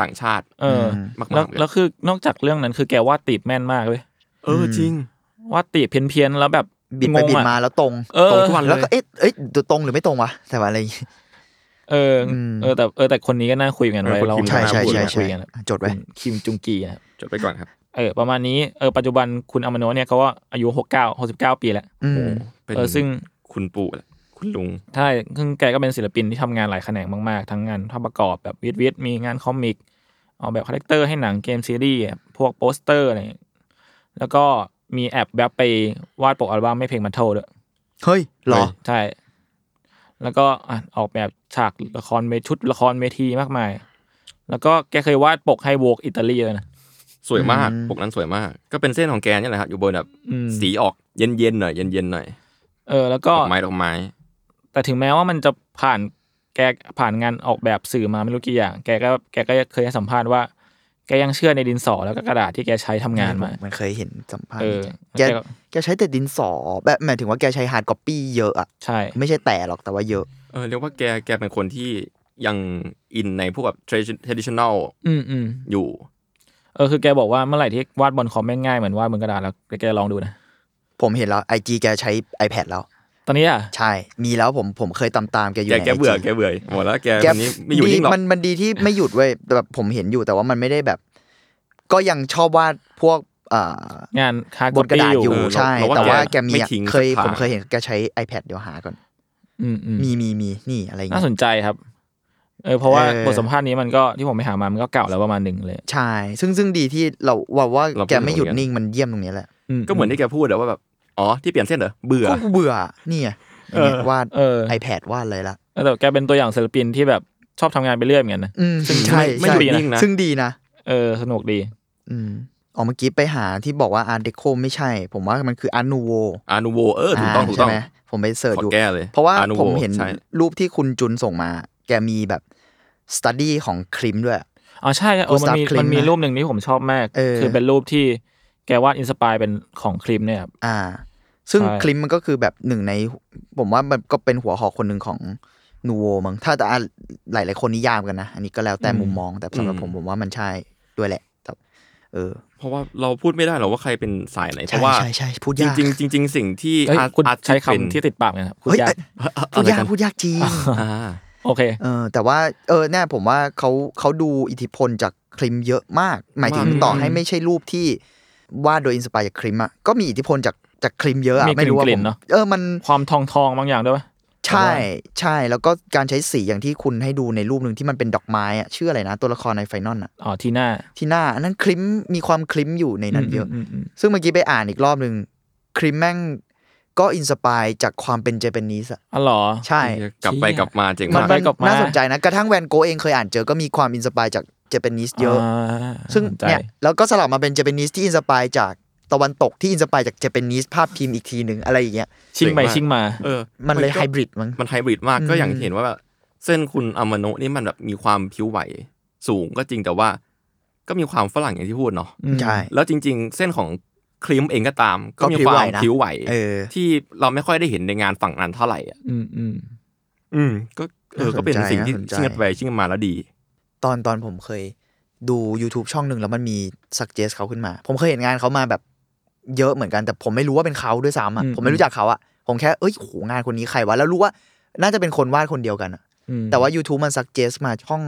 ต่างชาติ
เออ
มากๆ
แล้ว
เลย
แล้วคือนอกจากเรื่องนั้นคือแกวาดตีบแม่นมากเว้ย
เออจริง
วาดตีบเพี้ยนๆแล้วแบบ
บิดไป
งง
บิด
อะ
มาแล้วตรง
เออ
ตรงทุกวัน
แล้วก็เอ๊ะเอ๊ะตรงหรือไม่ตรงวะแต่ว่าอะไรอย่างเงี้ย
เอออ
ม
เออแต่เออแต่คนนี้ก็น่าคุยกันไว้
เออคน
เรา
คิม
ใช่
หา
ใช่
คน
ใช่
มา
ใช่
คุยกันอะ
จดไว้
คุณคิมจุงกีนะครับ
จดไปก่อนครับ
เออประมาณนี้เออปัจจุบันคุณอามาโนะเนี่ยเขาว่าอายุหกเก้าหกสิบเก้าปีแล้ว
อืม
โอ้เป็น
เออซึ่ง
คุณปู่และคุณลุง
ใช่ซึ่งแกก็เป็นศิลปินที่ทำงานหลายแขนงมากๆ ทั้งงานภาพประกอบแบบวิดวิดมีงานคอมิกออกแบบคาแรคเตอร์ให้หนังเกมซีรีส์อะพวกโปสเตอร์อะไรอย่างเงี้ยแล้วก็มีแอบแบบไปวาดปกอัลบั้มไม่เพลงมันเทลด้วย
เฮ้ยเหรอ
ใช่ แล้วก็อ่ะออกแบบฉากละครเวชุดละครเวทีมากมาย แล้วก็แกเคยวาดปกให้โวกอิตาลีเลยนะ
สวยมาก
อืม
ปกนั้นสวยมาก ก็เป็นเส้นของแกนี่แหละครับอยู่บนแบบ
อืม
สีออกเย็นๆหน่อยเย็นๆหน่อย
เออ แล้ว
ด
ก็
อกไม้ดอกไม้
แต่ถึงแม้ว่ามันจะผ่านแกผ่านงานออกแบบสื่อมาไม่รู้กี่อย่าง แกก็แกก็เคยให้สัมภาษณ์ว่า แกยังเชื่อในดินสอแล้วก็กระดาษที่แกใช้ทำงานมา
มันเคยเห็นสัมภาษ
เอ
ณ์
อ
แก
แล้วแกก็
แกใช้แต่ดินสอแบบหมายถึงว่าแกใช้ฮาร์ดคอปปี้เยอะอะ
ใช่
ไม่ใช่แต่หรอกแต่ว่าเยอะ
เออเรียกว่าแกแกเป็นคนที่ยังอินในพวกแบบ tradition- traditional
อืมอืม
อยู่
เออคือแกบอกว่าเมื่อไหร่ที่วาดบนคอมแม่งง่ายเหมือนวาดบนกระดาษแล้วแกแกลองดูนะ
ผมเห็นแล้วไอจีแกใช้ iPad แล้ว
ตอนนี้อ่ะ
ใช่ มีแล้วผมผมเคยตามตามๆแกอยู่
แก
ใน
แกเบื่อ
ไจี
แกเบื่อหมดแล้วแก
แก
วันนี้ไม่อยู่
ดี
นิ่งหรอก
มันมันดีที่ไม่หยุดเว้ยแต่แบบผมเห็นอยู่แต่ว่ามันไม่ได้แบบ ก็ยังชอบวาดพวกอ่าง
านคา
บนกระดาษอยู่
เ
ใช่
เร
แต่ว่าแกมี
ไม่
อะ
ทิ้ง
เคย
สักทาง
ผมเคยเห็นแกใช้ iPad เดี๋ยวหาก่อน
อืมอืม
มีมีมีนี่อะไรอย่าง
น่าส
เงี้ย
นใจครับ เออเพราะว่า
เออ
บทสัมภาษณ์นี้มันก็ที่ผมไปหามา มันก็เก่าแล้วประมาณหนึ่งเลย
ใช่ ซึ่งซึ่งดีที่เราว่าว่า
เราพูด
แกไม่หยุด
เหมือนกัน
นิ่งมันเยี่ยมตรงนี้แหละ
ก็เหมือนที่แกพูดอะว่าแบบ อ๋อ ที่เปลี่ยนเส้นเหรอ เบื่อ
ก็เบื่อเนี่ย
เออ
วาด
เออ
ไอแพดวาดเลยละ
เออแต่แกเป็นตัวอย่างศิลปินที่แบบชอบทำงานไปเรื่อยเหมือนกันนะ
อืม
ซึ่ง
ใช่
ไม่
ใช่
ไม่หยุดนิ่งนะ
ซึ่งดีนะ
เออ สนุกดี
อืมอ๋อเมื่อกี้ไปหาที่บอกว่าอาร์เดโคไม่ใช่ ผมว่ามันคืออาร์นูโว
อานูโวเออถูกต้องถูกต้อง
ใช่ไหมผมไปเสิร์ชดู
ขอแก้เลย
เพราะว่า
Art Nouveau
ผมเห็น
ใช่
รูปที่คุณจุนส่งมา แกมีแบบสตัดดี้ของคริมด้วย
อ๋อใช่เออมันมี
Gustav Klimt
มันมี
นะ
รูปหนึ่งที่ผมชอบมาก
เออ
คือเป็นรูปที่แกวาดอินสปายเป็นของคลิปเนี่ยครับ
อ่า ซึ่ง
ใช่
คลิมมันก็คือแบบหนึ่งใน ผมว่ามันก็เป็นหัวหอกคนหนึ่งของนูโวมั้งถ้าแต่อ่ะหลาย ๆ คนนิยามกันนะ อันนี้ก็แล้วแต่มุมมองแต่สำหรับผมผมว่ามันใช่ด้วยแหละแต่เออ
เพราะว่าเราพูดไม่ได้หรอกว่าใครเป็นสายไหน เพ
ใช่
ราะว่า
ใช่ใช่พูด
จ
ยาก
ริงๆจริงๆสิ่งที่
เอ้ย
อาร์ต
คุณ
อาร์ต
ใช้คำ
เป็น
ที่ติดปากนะครับคุณ
เฮ้ย
ยาก
เอ่อเอ่อ
พูดยา
อะ
ก
ไรน
พูดยากจริง
อ่า
โอเค
เออแต่ว่าเออเนี่ยผมว่าเขาเขาดูอิทธิพลจากคลิมเยอะมาก หมายถึง
มาก
ต่อให้ไม่ใช่รูปที่วาดโดยอินสปายจากคลิมอ่ะก็มีอิทธิพลจากจากคลิมเยอะอะ
มีกลิ่น
ไม่รู้ว่า
ๆ
ผม
เนอะ
เออมัน
ความทองทองๆบางอย่างด้วยปะ
ใช่
ว่า
ใช่แล้วก็การใช้สีอย่างที่คุณให้ดูในรูปหนึ่งที่มันเป็นดอกไม้อ่ะชื่ออะไรนะ ตัวละครในไฟนอลอ่ะ
อ๋อ ทีหน้า
ที่หน้าอันนั้นคลิมมีความคลิมอยู่ในนั้นเยอะ
มมม
ซึ่งเมื่อกี้ไปอ่านอีกรอบหนึ่งคลิมแม่งก็อินสปายจากความเป็นเจแปนนิสอะ
อ๋อเหรอ
ใช่
กลับไปกลับมาเจ๋ง
มัน
มาก
ไป
มัน
กลับมา
น่าสนใจนะ กระทั่งแวนโกะเองเคยอ่านเจอก็มีความอินสปายจากเจแปนนิสเยอะ
า
ซึ่ง
สใจ
เนี่ยแล้วก็สลับมาเป็นเจแปนนิสที่อินสปายจากตะวันตกที่อินสปายจากเจแปนนิสภาพพิมพ์อีกทีหนึ่งอะไรอย่างเงี้ย
ชิงไปชิงมา
เออ
มันเลยไฮ
ก็
บริดมั้ง
มันไฮบริดมาก
อืม
ก็อย่างที่เห็นว่าแบบเส้นคุณอามาโนะนี่มันแบบมีความผิวไหวสูงก็จริงแต่ว่า ก็มีความฝรั่งอย่างที่พูดเนาะ
ใช่
แล้วจริง ๆ เส้นของคลิมเองก็ตาม ก็มี
ก็พริ้ว
ความ
ไหวนะ
ผิวไหว
เออ
ที่เราไม่ค่อยได้เห็นในงานฝั่งนั้นเท่าไหร่อ่ะ
อืมอืม
อืม ก็เออ
น่าสนใจ
ก็เป็นสิ่งที่
น่าสนใจ
ชิงกันไปชิงกันมาแล้วดี
ตอนตอนผมเคยดู YouTube ช่องหนึ่งแล้วมันมีสักเจสเขาขึ้นมา ผมเคยเห็นงานเขามาแบบเยอะเหมือนกันแต่ผมไม่รู้ว่าเป็นเขาด้วยซ้ำอะผมไม่รู้จักเขาอะผมแค่เอ้ยโหงานคนนี้ใครวะแล้วรู้ว่าน่าจะเป็นคนวาดคนเดียวกันอะ
อืม
แต่ว่า YouTube มันซักเจสมาช่อง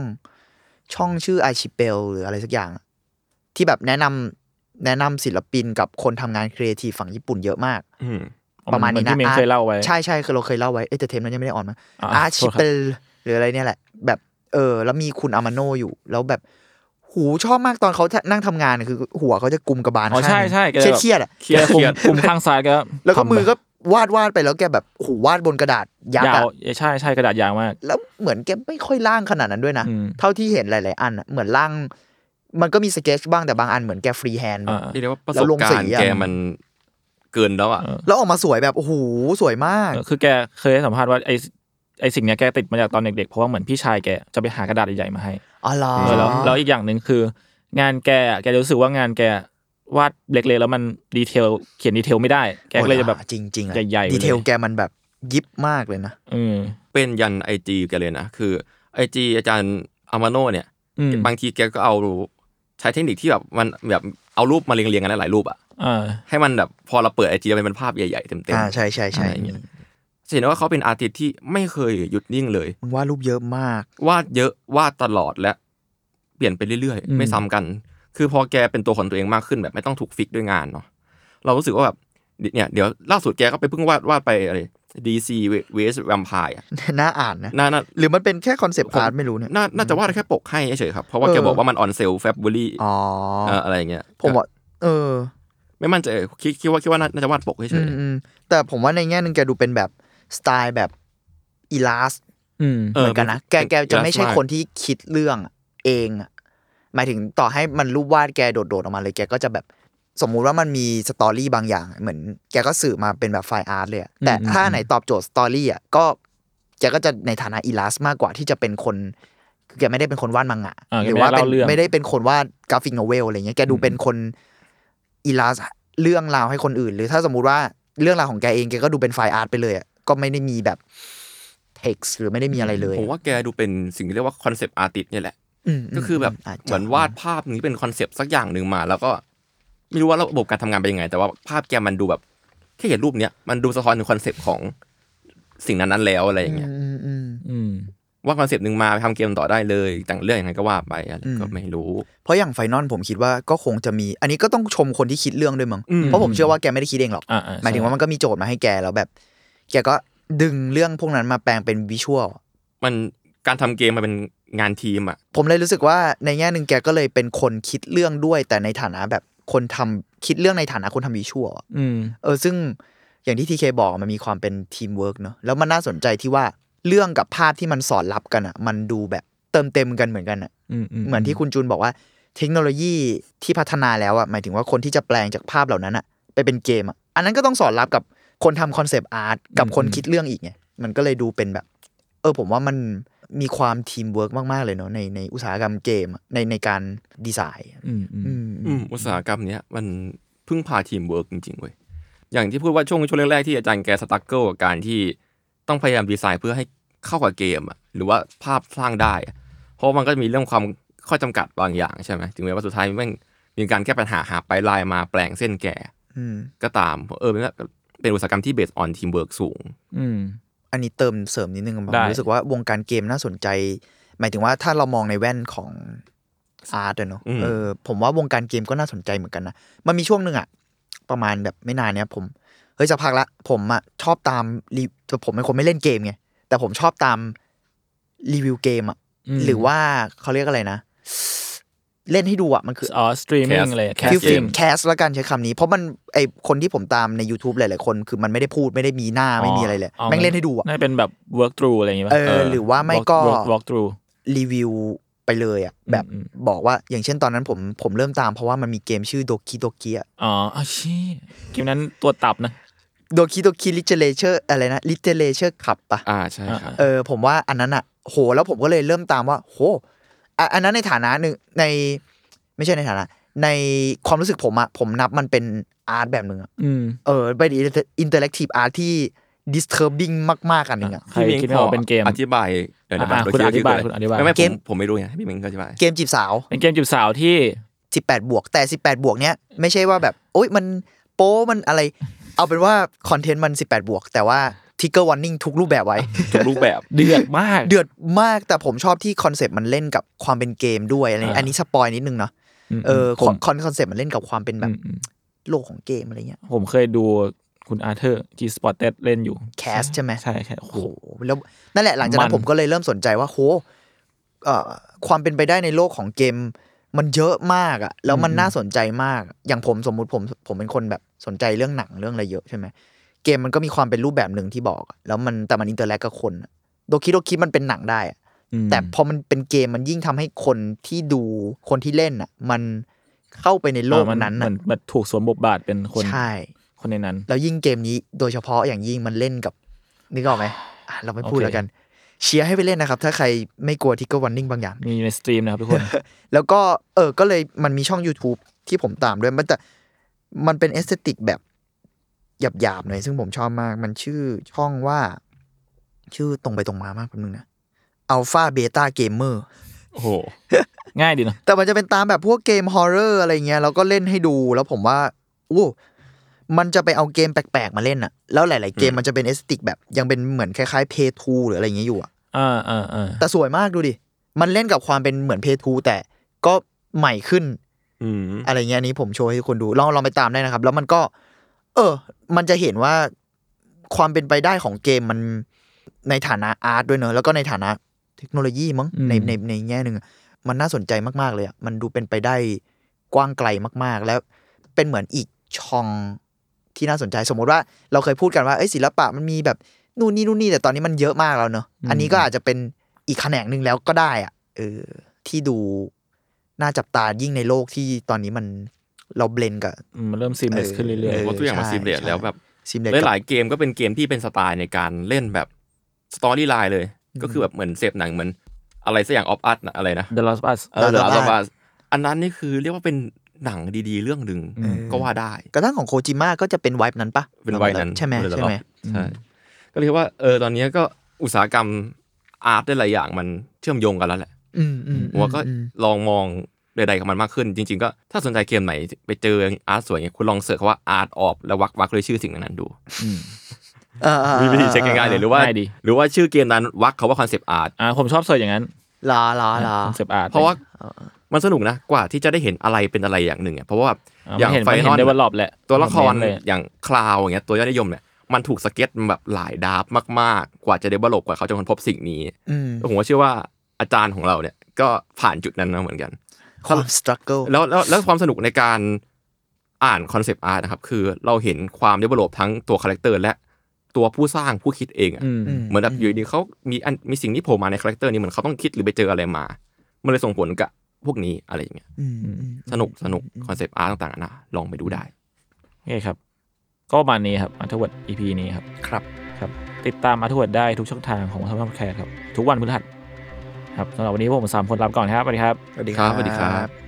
ช่องชื่ออาชิเปลหรืออะไรสักอย่างอะที่แบบแนะนำแนะนำศิลปินกับคนทำงานครีเอทีฟฝั่งญี่ปุ่นเยอะมาก
อืม
ประมาณนี้
เหอที่
นะ
เมง
อ่ะ
เคยเล่าไว้
ใช่ใช่คือเราเคยเล่าไว้เอ้ยแต่เทมนั้นยังไม่ได้ออนมา
อ่ะ
อา
โท
ชิ
ษครับ
เปลหรืออะไรเนี่ยแหละ แบบเออ แล้วมีคุณอามาโนอยู่ แล้วแบบหูชอบมากตอนเขานั่งทำงานเนี่ยคือ หัวเขาจะกุมกระบาล
อ๋อใช่
ข้างหนึ่ง
ใช่แก
เครียด
แบบ
เครียดๆอะ
เคลียร์คุมคุมข้างซ้ายก็
แล้วก็
ทำ
มือ
ไป
ก็วาดวาดไปแล้วแกแบบหูวาดบนกระดาษยักษ์
ยา
อะ
วใช่ใช่กระดาษยาวมาก
แล้วเหมือนแกไม่ค่อยล่างขนาดนั้นด้วยนะ
อืม
เท่าที่เห็นหลาย ๆ อันอะเหมือนล่าง มันก็มีสเกจบ้างแต่บางอันเหมือนแกฟรีแฮนด์
อ่า
เรียกได้ว่าประ
แล้
ส
ว
บ
ลง
กา
สี
รณ์
อะ
แกมัน เกินแล้วอ่ะ
แล้วออกมาสวยแบบโอ้โหสวยมาก
เออคือแกเคยให้สัมภาษณ์ว่าไอไอสิ่งเนี้ยแกติดมาจากตอนเด็กๆ เพราะว่าเหมือนพี่ชายแกจะไปหากระดาษใหญ่ๆมาให้
อ๋อเหรอ
เออแล้วแล้วอีกอย่างหนึ่งคือ งานแกอะแกรู้สึกว่างานแกวาดเล็กๆแล้วมันดีเทลเขียนดีเทลไม่ได้ แกก็เลยจะแบบ
โอ้จริงจริงๆอะ
ใหญ่ๆไปเลย
ดีเทลแกมันแบบยิบมากเลยนะ
เออ
เป็นยันไอจีแกเลยนะคือไอจีอาจารย์อามาโนเนี่ย
อืม
บางทีแกก็เอาใช้เทคนิคที่แบบมันแบบเอารูปมาเรียงๆกันหลายๆรูปอ่ะ
อ่า
ให้มันแบบพอเราเปิดไอจีมันเป็นภาพใหญ่ๆเต็มๆ
อ่าใช่ใช่ใช่
อะไรอย่างเงี้ยจะเห็นว่าเขาเป็นอาร์ติสต์ที่ไม่เคยหยุดนิ่งเลย
มึงว่าดรูปเยอะมาก
วาดเยอะวาดตลอดและเปลี่ยนไปเรื่อยๆ ไม่ซ้ำกัน คือพอแกเป็นตัวของตัวเองมากขึ้นแบบไม่ต้องถูกฟิกด้วยงานเนาะเรารู้สึกว่าแบบเนี่ยเดี๋ยวล่าสุดแกก็ไปเพิ่งวาดวาดไปอะไรดีซีเวสแวมไพร์
น่าอ่านนะ
น่าน่า
หรือมันเป็นแค่คอนเซปต์อาร์ตไม่รู้เนี่ย
น่าน่าจะวาดแค่ปกให้เฉยๆครับ เพราะว่าแก
เออ
บอกว่ามันออนเซลแฟบ r รี่
อ๋ออ
อะไรอย่างเงี้ย
ผมว่าเออ
ไม่มั่นใจคิดคิดว่าคิดว่าน่าน่าจะวาดปกเฉ
อื
ย
มอืมแต่ผมว่าในแง่หนึ่งแกดูเป็นแบบสไตล์แบบอีลาส
อืม
ๆ
เหมือนกันนะ แกแกจะไม่ใช่คน
เ
ที่คิดเรื่องเองอะหมายถึงต่อให้มันรูปวาดแกโดดๆออกมาเลยแกก็จะแบบสมมุติว่ามันมีสตอรี่บางอย่าง เหมือน แกก็สื่อมาเป็นแบบไฟล์อาร์ตเลยอะแต่ถ้าไหนตอบโจทย์สตอรี่อ่ะก็แกก็จะในฐานะอีลาสมากกว่าที่จะเป็นคนคือแกไม่ได้เป็นคนวาดมังงะ
อ่า
หรืว่าเป็น
แกไม่ได้เล่าเรื่อง
ไม่ได้เป็นคนวาดกราฟิกโนเวลอะไรเงี้ยแกดูเป็นคน อีลาสเรื่องราวให้คนอื่น หรือถ้าสมมุติว่าเรื่องราวของแกเองแกก็ดูเป็นไฟล์อาร์ตไปเลยอะก็ไม่ได้มีแบบเท็กซ์หรือไม่ได้มีอะไรเลย
ผมว่าแกดูเป็นสิ่งที่เรียกว่าคอนเซปต์อาร์ติสเนี่ยแหละ
อืม
ก็คือแบบ
จจะ
เหมือนวาดภาพนี้เป็นคอนเซปต์สักอย่างหนึ่งมา แล้วก็ไม่รู้ว่าระบบการทำงานเป็นยังไง แต่ว่าภาพแกมันดูแบบแค่เห็นรูปเนี้ยมันดูสะท้อนถึงคอนเซปต์ของสิ่งนั้นนั้นๆแล้วอะไรอย่างเงี้ย
อืมอืม
อืม
ว่าคอนเซปต์หนึ่งมาไปทำเกมต่อได้เลยแต่งเรื่องยังไงก็ว่าไปอะไร
อืม
ก็ไม่รู้
เพราะอย่างไฟนอลผมคิดว่าก็คงจะมี อันนี้ก็ต้องชมคนที่คิดเรื่องด้วยมั้ง
อืม
เพราะผมเชื่อว่าแกไม่ได้คิดเองหรอก
อ่าๆใช่
หมายถึงว่ามันก็มีโจทย์มาให้แกแล้วแบบ แกก็ดึงเรื่องพวกนั้นมาแปลงเป็นวิชวล
มันการทำเกมมันเป็นงานทีมอ่ะ
ผมเลยรู้สึกว่าในแง่หนึ่งแกก็เลยเป็นคนคิดเรื่องด้วย แต่ในฐานะแบบคนทำคิดเรื่องในฐานะคนทำวิชวลอะ
อืม
เออซึ่งอย่างที่ทีเคบอกมันมีความเป็นทีมเวิร์กเนอะแล้วมันน่าสนใจที่ว่าเรื่องกับภาพที่มันสอนรับกันอ่ะ มันดูแบบเติมเต็มกันเหมือนกันอ่ะ
อืม
เหมือนที่คุณจูนบอกว่า เทคโนโลยีที่พัฒนาแล้วอ่ะหมายถึงว่าคนที่จะแปลงจากภาพเหล่านั้นอ่ะ ไปเป็นเกมอ่ะอันนั้นก็ต้องสอนรับกับคนทำคอนเซปต์อาร์ตกับคนคิดเรื่องอีกไงมันก็เลยดูเป็นแบบ เออผมว่ามันมีความทีมเวิร์กมาก ๆ เลยเนอะในในอุตสาหกรรมเกมอะในในการดีไซน์อะ
อืมอืม
อืม
อืมอุตสาหกรรมเนี้ยมันพึ่งพาทีมเวิร์กจริงๆเว้ยอย่างที่พูดว่าช่วงช่วงแรกๆที่อาจารย์แกสตั๊กเกิลกับการที่ต้องพยายามดีไซน์เพื่อให้เข้ากับเกมอะหรือว่าภาพสร้างได้อะเพราะมันก็มีเรื่องความข้อจำกัดบางอย่างใช่ไหมถึงแม้ว่าสุดท้ายแม่งมีการแก้ปัญหาหาไปลายมาแปลงเส้นแก่
อืม
ก็ตามเออเป็นว่าเป็นอุตสาหกรรมที่เบสออนทีมเวิร์กสูง
อืม
อันนี้เติมเสริมนิดนึงผม
ได้
รู้สึกว่าวงการเกมน่าสนใจ หมายถึงว่าถ้าเรามองในแว่นของอาร์ตอะเนอะ
อืม
เออผมว่าวงการเกมก็น่าสนใจเหมือนกันนะ มันมีช่วงหนึ่งอะประมาณแบบไม่นานเนี้ยผมเฮ้ยสักพักละผมอะชอบตามรีแต่ผมเป็นคนไม่เล่นเกมไงแต่ผมชอบตามรีวิวเกมอะ
อืม
หรือว่าเขาเรียกอะไรนะ เล่นให้ดูอะมันคือ
อ๋อสตรีมมิ่งเลยแคส
ฟิล
ติ
ฟิล์
ม
มแคสแล้วกันใช้คำนี้ เพราะมันไอคนที่ผมตามใน YouTube หลายๆคน คือมันไม่ได้พูดไม่ได้มีหน้าไม่มีอะไรเลย
อ๋อ
แม่งเล่นให้ดูอะ
น่าเป็นแบบ work through อะไรอย่างงี้ป่ะ
เออหรือว่าไม่ก็
walk- walk through
รีวิวไปเลยอ่ะแบบ
อืม
บอกว่าอย่างเช่นตอนนั้นผมผมเริ่มตามเพราะว่ามันมีเกมชื่อโดคิโดกิอะ
อ๋ออ้าวชี้เกมนั้นตัวตับนะ
โดคิโดกิลิเทเลเชอร์อะไรนะลิเทเลเชอร์ขับปะ
อ่าใช่ครับ
เออผมว่าอันนั้นอ่ะโหแล้วผมก็เลยเริ่มตามว่า โหอ่ะอันนั้นในฐานะหนึ่งในไม่ใช่ในฐานะ ในความรู้สึกผมอะผมนับมันเป็นอาร์ตแบบหนึ่งอะ
อืม
เออเป็นอินเตอร์แอคทีฟอาร์ตที่ disturbing มากๆอันหนึ่งอะ
ใครคิดไม่ออกเป็นเกม
อธิบายเดี๋ยวนะ
อ่ะคุณอธิบายคุณอธิบาย
ไม่ไม่ผ
เก
ม
ม
ผมไม่รู้ไงให้พี่เม้งอธิบาย
เกมจีบสาว
เป็นเกมจีบสาวที่
สิบแปดบวกแต่สิบแปดบวกเนี้ยไม่ใช่ว่าแบบโอ๊ยมันโป้มันอะไร เอาเป็นว่าคอนเทนต์มันสิบแปดบวก แต่ว่าทิกเกอร์วันนิ่งทุกรูปแบบไว้
ทุกรูปแบบ
เดือดมาก
เดือดมากแต่ผมชอบที่คอนเซปต์มันเล่นกับความเป็นเกมด้วยอะไร
อ่า
อันนี้สปอยนิดนึงเนาะเออ
ผ
คอน
ม
คอนคอนเซปต์มันเล่นกับความเป็นแบ
อื
บ
มอืม
โลกของเกมอะไรเงี้ย
ผมเคยดูคุณอาร์เธอร์จีสปอร์ตเเล่นอยู่
แคสใช่ไหม
ใช่ใช่โอ้โห
โอ้โหแล้วนั่นแหละหลังจากนั้
มัน น
ผมก็เลยเริ่มสนใจว่าโหเอ่อความเป็นไปได้ในโลกของเกม มันเยอะมากอะแล้วมันน่าสนใจมาก อย่างผมสมมุติผมผมเป็นคนแบบสนใจเรื่องหนังเรื่องอะไรเยอะใช่ไหม เกมมันก็มีความเป็นรูปแบบหนึ่งที่บอกอะแล้วมันแต่มันอินเตอร์แลกกับคนอะโดคิโดคิมันเป็นหนังได้อะ
อืม
แต่พอมันเป็นเกมมันยิ่งทำให้คนที่ดูคนที่เล่นอ่ะ มันเข้าไปในโลก
อ่ะมั
นั้น
เหมื
อ่ะ
อนมันถูกสวมบทบาทเป็นคน
ใช่
ค คนในนั้น
แล้วยิ่งเกมนี้โดยเฉพาะอย่างยิ่งมันเล่นกับนึกออกไหมอ่ะเราไม่พูด
โอเค
แล้วกัน เชียร์ให้ไปเล่นนะครับ ถ้าใครไม่กลัวทิกเกอร์วันนิ่งบางอย่าง
มีอยู่ในสตรีมนะครับ ทุกคน
แล้วก็เออก็เลยมันมีช่อง YouTube ที่ผมตามด้วย มันแต่มันเป็นเอสเตติกแบบหยาบๆหน่อยซึ่งผมชอบมาก มันชื่อช่องว่า ชื่อตรงไปตรงมามากคนนึงนะอัลฟาเบต้าเกมเมอร์
โอ้โห
ง่ายดีเนาะ
แต่มันจะเป็นตามแบบพวกเกมฮอร์เรอร์อะไรเงี้ย แล้วก็เล่นให้ดูแล้วผมว่าอู้มันจะไปเอาเกมแปลกๆมาเล่นอะแล้วหลาย ๆ เกมมันจะเป็นเอสเตติกแบบยังเป็นเหมือนคล้ายๆเพย์ทูหรืออะไรเงี้ยอยู่อะ
อ่าอ่าอ่า
แต่สวยมากดูดิ มันเล่นกับความเป็นเหมือนเพทูแต่ก็ใหม่ขึ้น
อืม
อะไรเงี้ยอันนี้ผมโชว์ให้ทุกคนดูลองลองไปตามได้นะครับ แล้วมันก็ เออ มันจะเห็นว่าความเป็นไปได้ของเกมมันในฐานะอาร์ตด้วยเนอะแล้วก็ในฐานะเทคโนโลยีมั้งในในในแง่หนึ่งอะมันน่าสนใจมาก ๆ เลยอะมันดูเป็นไปได้กว้างไกลมาก ๆ แล้วเป็นเหมือนอีกช่องที่น่าสนใจสมมติว่าเราเคยพูดกันว่าเอ้ยศิลปะมันมีแบบนู่นนี่นู่นนี่แต่ตอนนี้มันเยอะมากแล้วเนอะอันนี้ก็อาจจะเป็นอีกแขนงหนึ่งแล้วก็ได้อะเออที่ดูน่าจับตายิ่งในโลกที่ตอนนี้มันเราเบลนกับ
อืมมันเริ่มซีมเลสขึ้นเรื่อย
ๆ
ๆ
พราะทุกอย่างมัน
ใช่
seamless แล้วแบบ
ซิมเล
หลายๆเกมก็เป็นเกมที่เป็นสไตล์ในการเล่นแบบสตอรี่ไลน์เลย ก็คือแบบเหมือนเสพหนังเหมือนอะไรสักอย่างออฟอาร์ตอะไรนะ
The Last of Us
เออเดอะลาบาอันนั้นนี่คือเรียกว่าเป็นหนังดีๆ เรื่องหนึ่งก็ว่าได้
กระทั่งของโคจิมะก็จะเป็นไวบ์นั้นปะ
เป็นวัยนั้น
ใช่ไหม
เลย
ใช่ไหม
ใช่ก็เรียกว่าเออตอนนี้ก็อุตสาหกรรมอาร์ตได้หลายอย่างมันเชื่อมโยงกันแล้วแหละ
อืมอืม
ผมว่าก็
อืม
ลองมองใดๆของมันมากขึ้น จริง ๆ ก็ถ้าสนใจเกมไหนไปเจออาร์ตสวยอย่างเงี้ยคุณลองเสิร์ชคำว่าอาร์ตออฟแล้ววักวักเลยชื่อสิ่งนั้นๆดู
เออเออ
มีวิธีเช็คง่ายๆเลยหรือว่า
ง่ายดี
หรือว่าชื่อเกมนั้นวักเขาว่าคอนเซปต์อาร์ต
อ่าผมชอบเสิร์ชอย่างนั้น
ลาลาลา
คอนเซปต์อาร์ต
เพราะว่ามันสนุกนะกว่าที่จะได้เห็นอะไรเป็นอะไรอย่างหนึ่งอะเพราะว่าอ
อา
ย่ย่าง ง
เห็น
ไฟ
มัน
น
เห็
อน ล
เดเวลลอปแหละ
ตัวละคร
เน้นเลย
อย่างคลาวอย่างเงี้ยตัวยอดนิยมเนี่ยมันถูกสเก็ตมาแบบหลายดาบมากๆ กว่าจะได้บลบกว่าเขาจะค้นพบสิ่งนี้
อืม
ผมก็เชื่อว่าอาจารย์ของเราเนี่ยก็ผ่านจุดนั้นมาเหมือนกัน
ความสตรัคเกิล
แล้วแล้วแล้วความสนุกในการอ่านคอนเซปต์อาร์ตนะครับ คือเราเห็นความได้บลบทั้งตัวคาแรคเตอร์และตัวผู้สร้างผู้คิดเองอะ
อืม
เหมือนแบบอยู่ดีเขามีอันมีสิ่งที่โผล่มาในคาแรคเตอร์นี้เหมือนเขาต้องคิดหรือไปเจออะไรมา มันเลยส่งผลกับพวกนี้อะไรอย่างเงี้ยสนุกสนุกคอนเซปต์อาร์ตต่างๆนานะลองไปดูได้
โอเคครับ ก็ประมาณนี้ครับอัธวัต EP นี้ครับ
ครับ
ครับ ติดตามอัธวัตได้ทุกช่องทางของทางแคร์ครับ ทุกวันพฤหัสครับสำหรับวันนี้พวกผมสามคนลาไปก่อนครับสวัสดีครับ
สวัสดี
ครับสวัสดีครับ
บ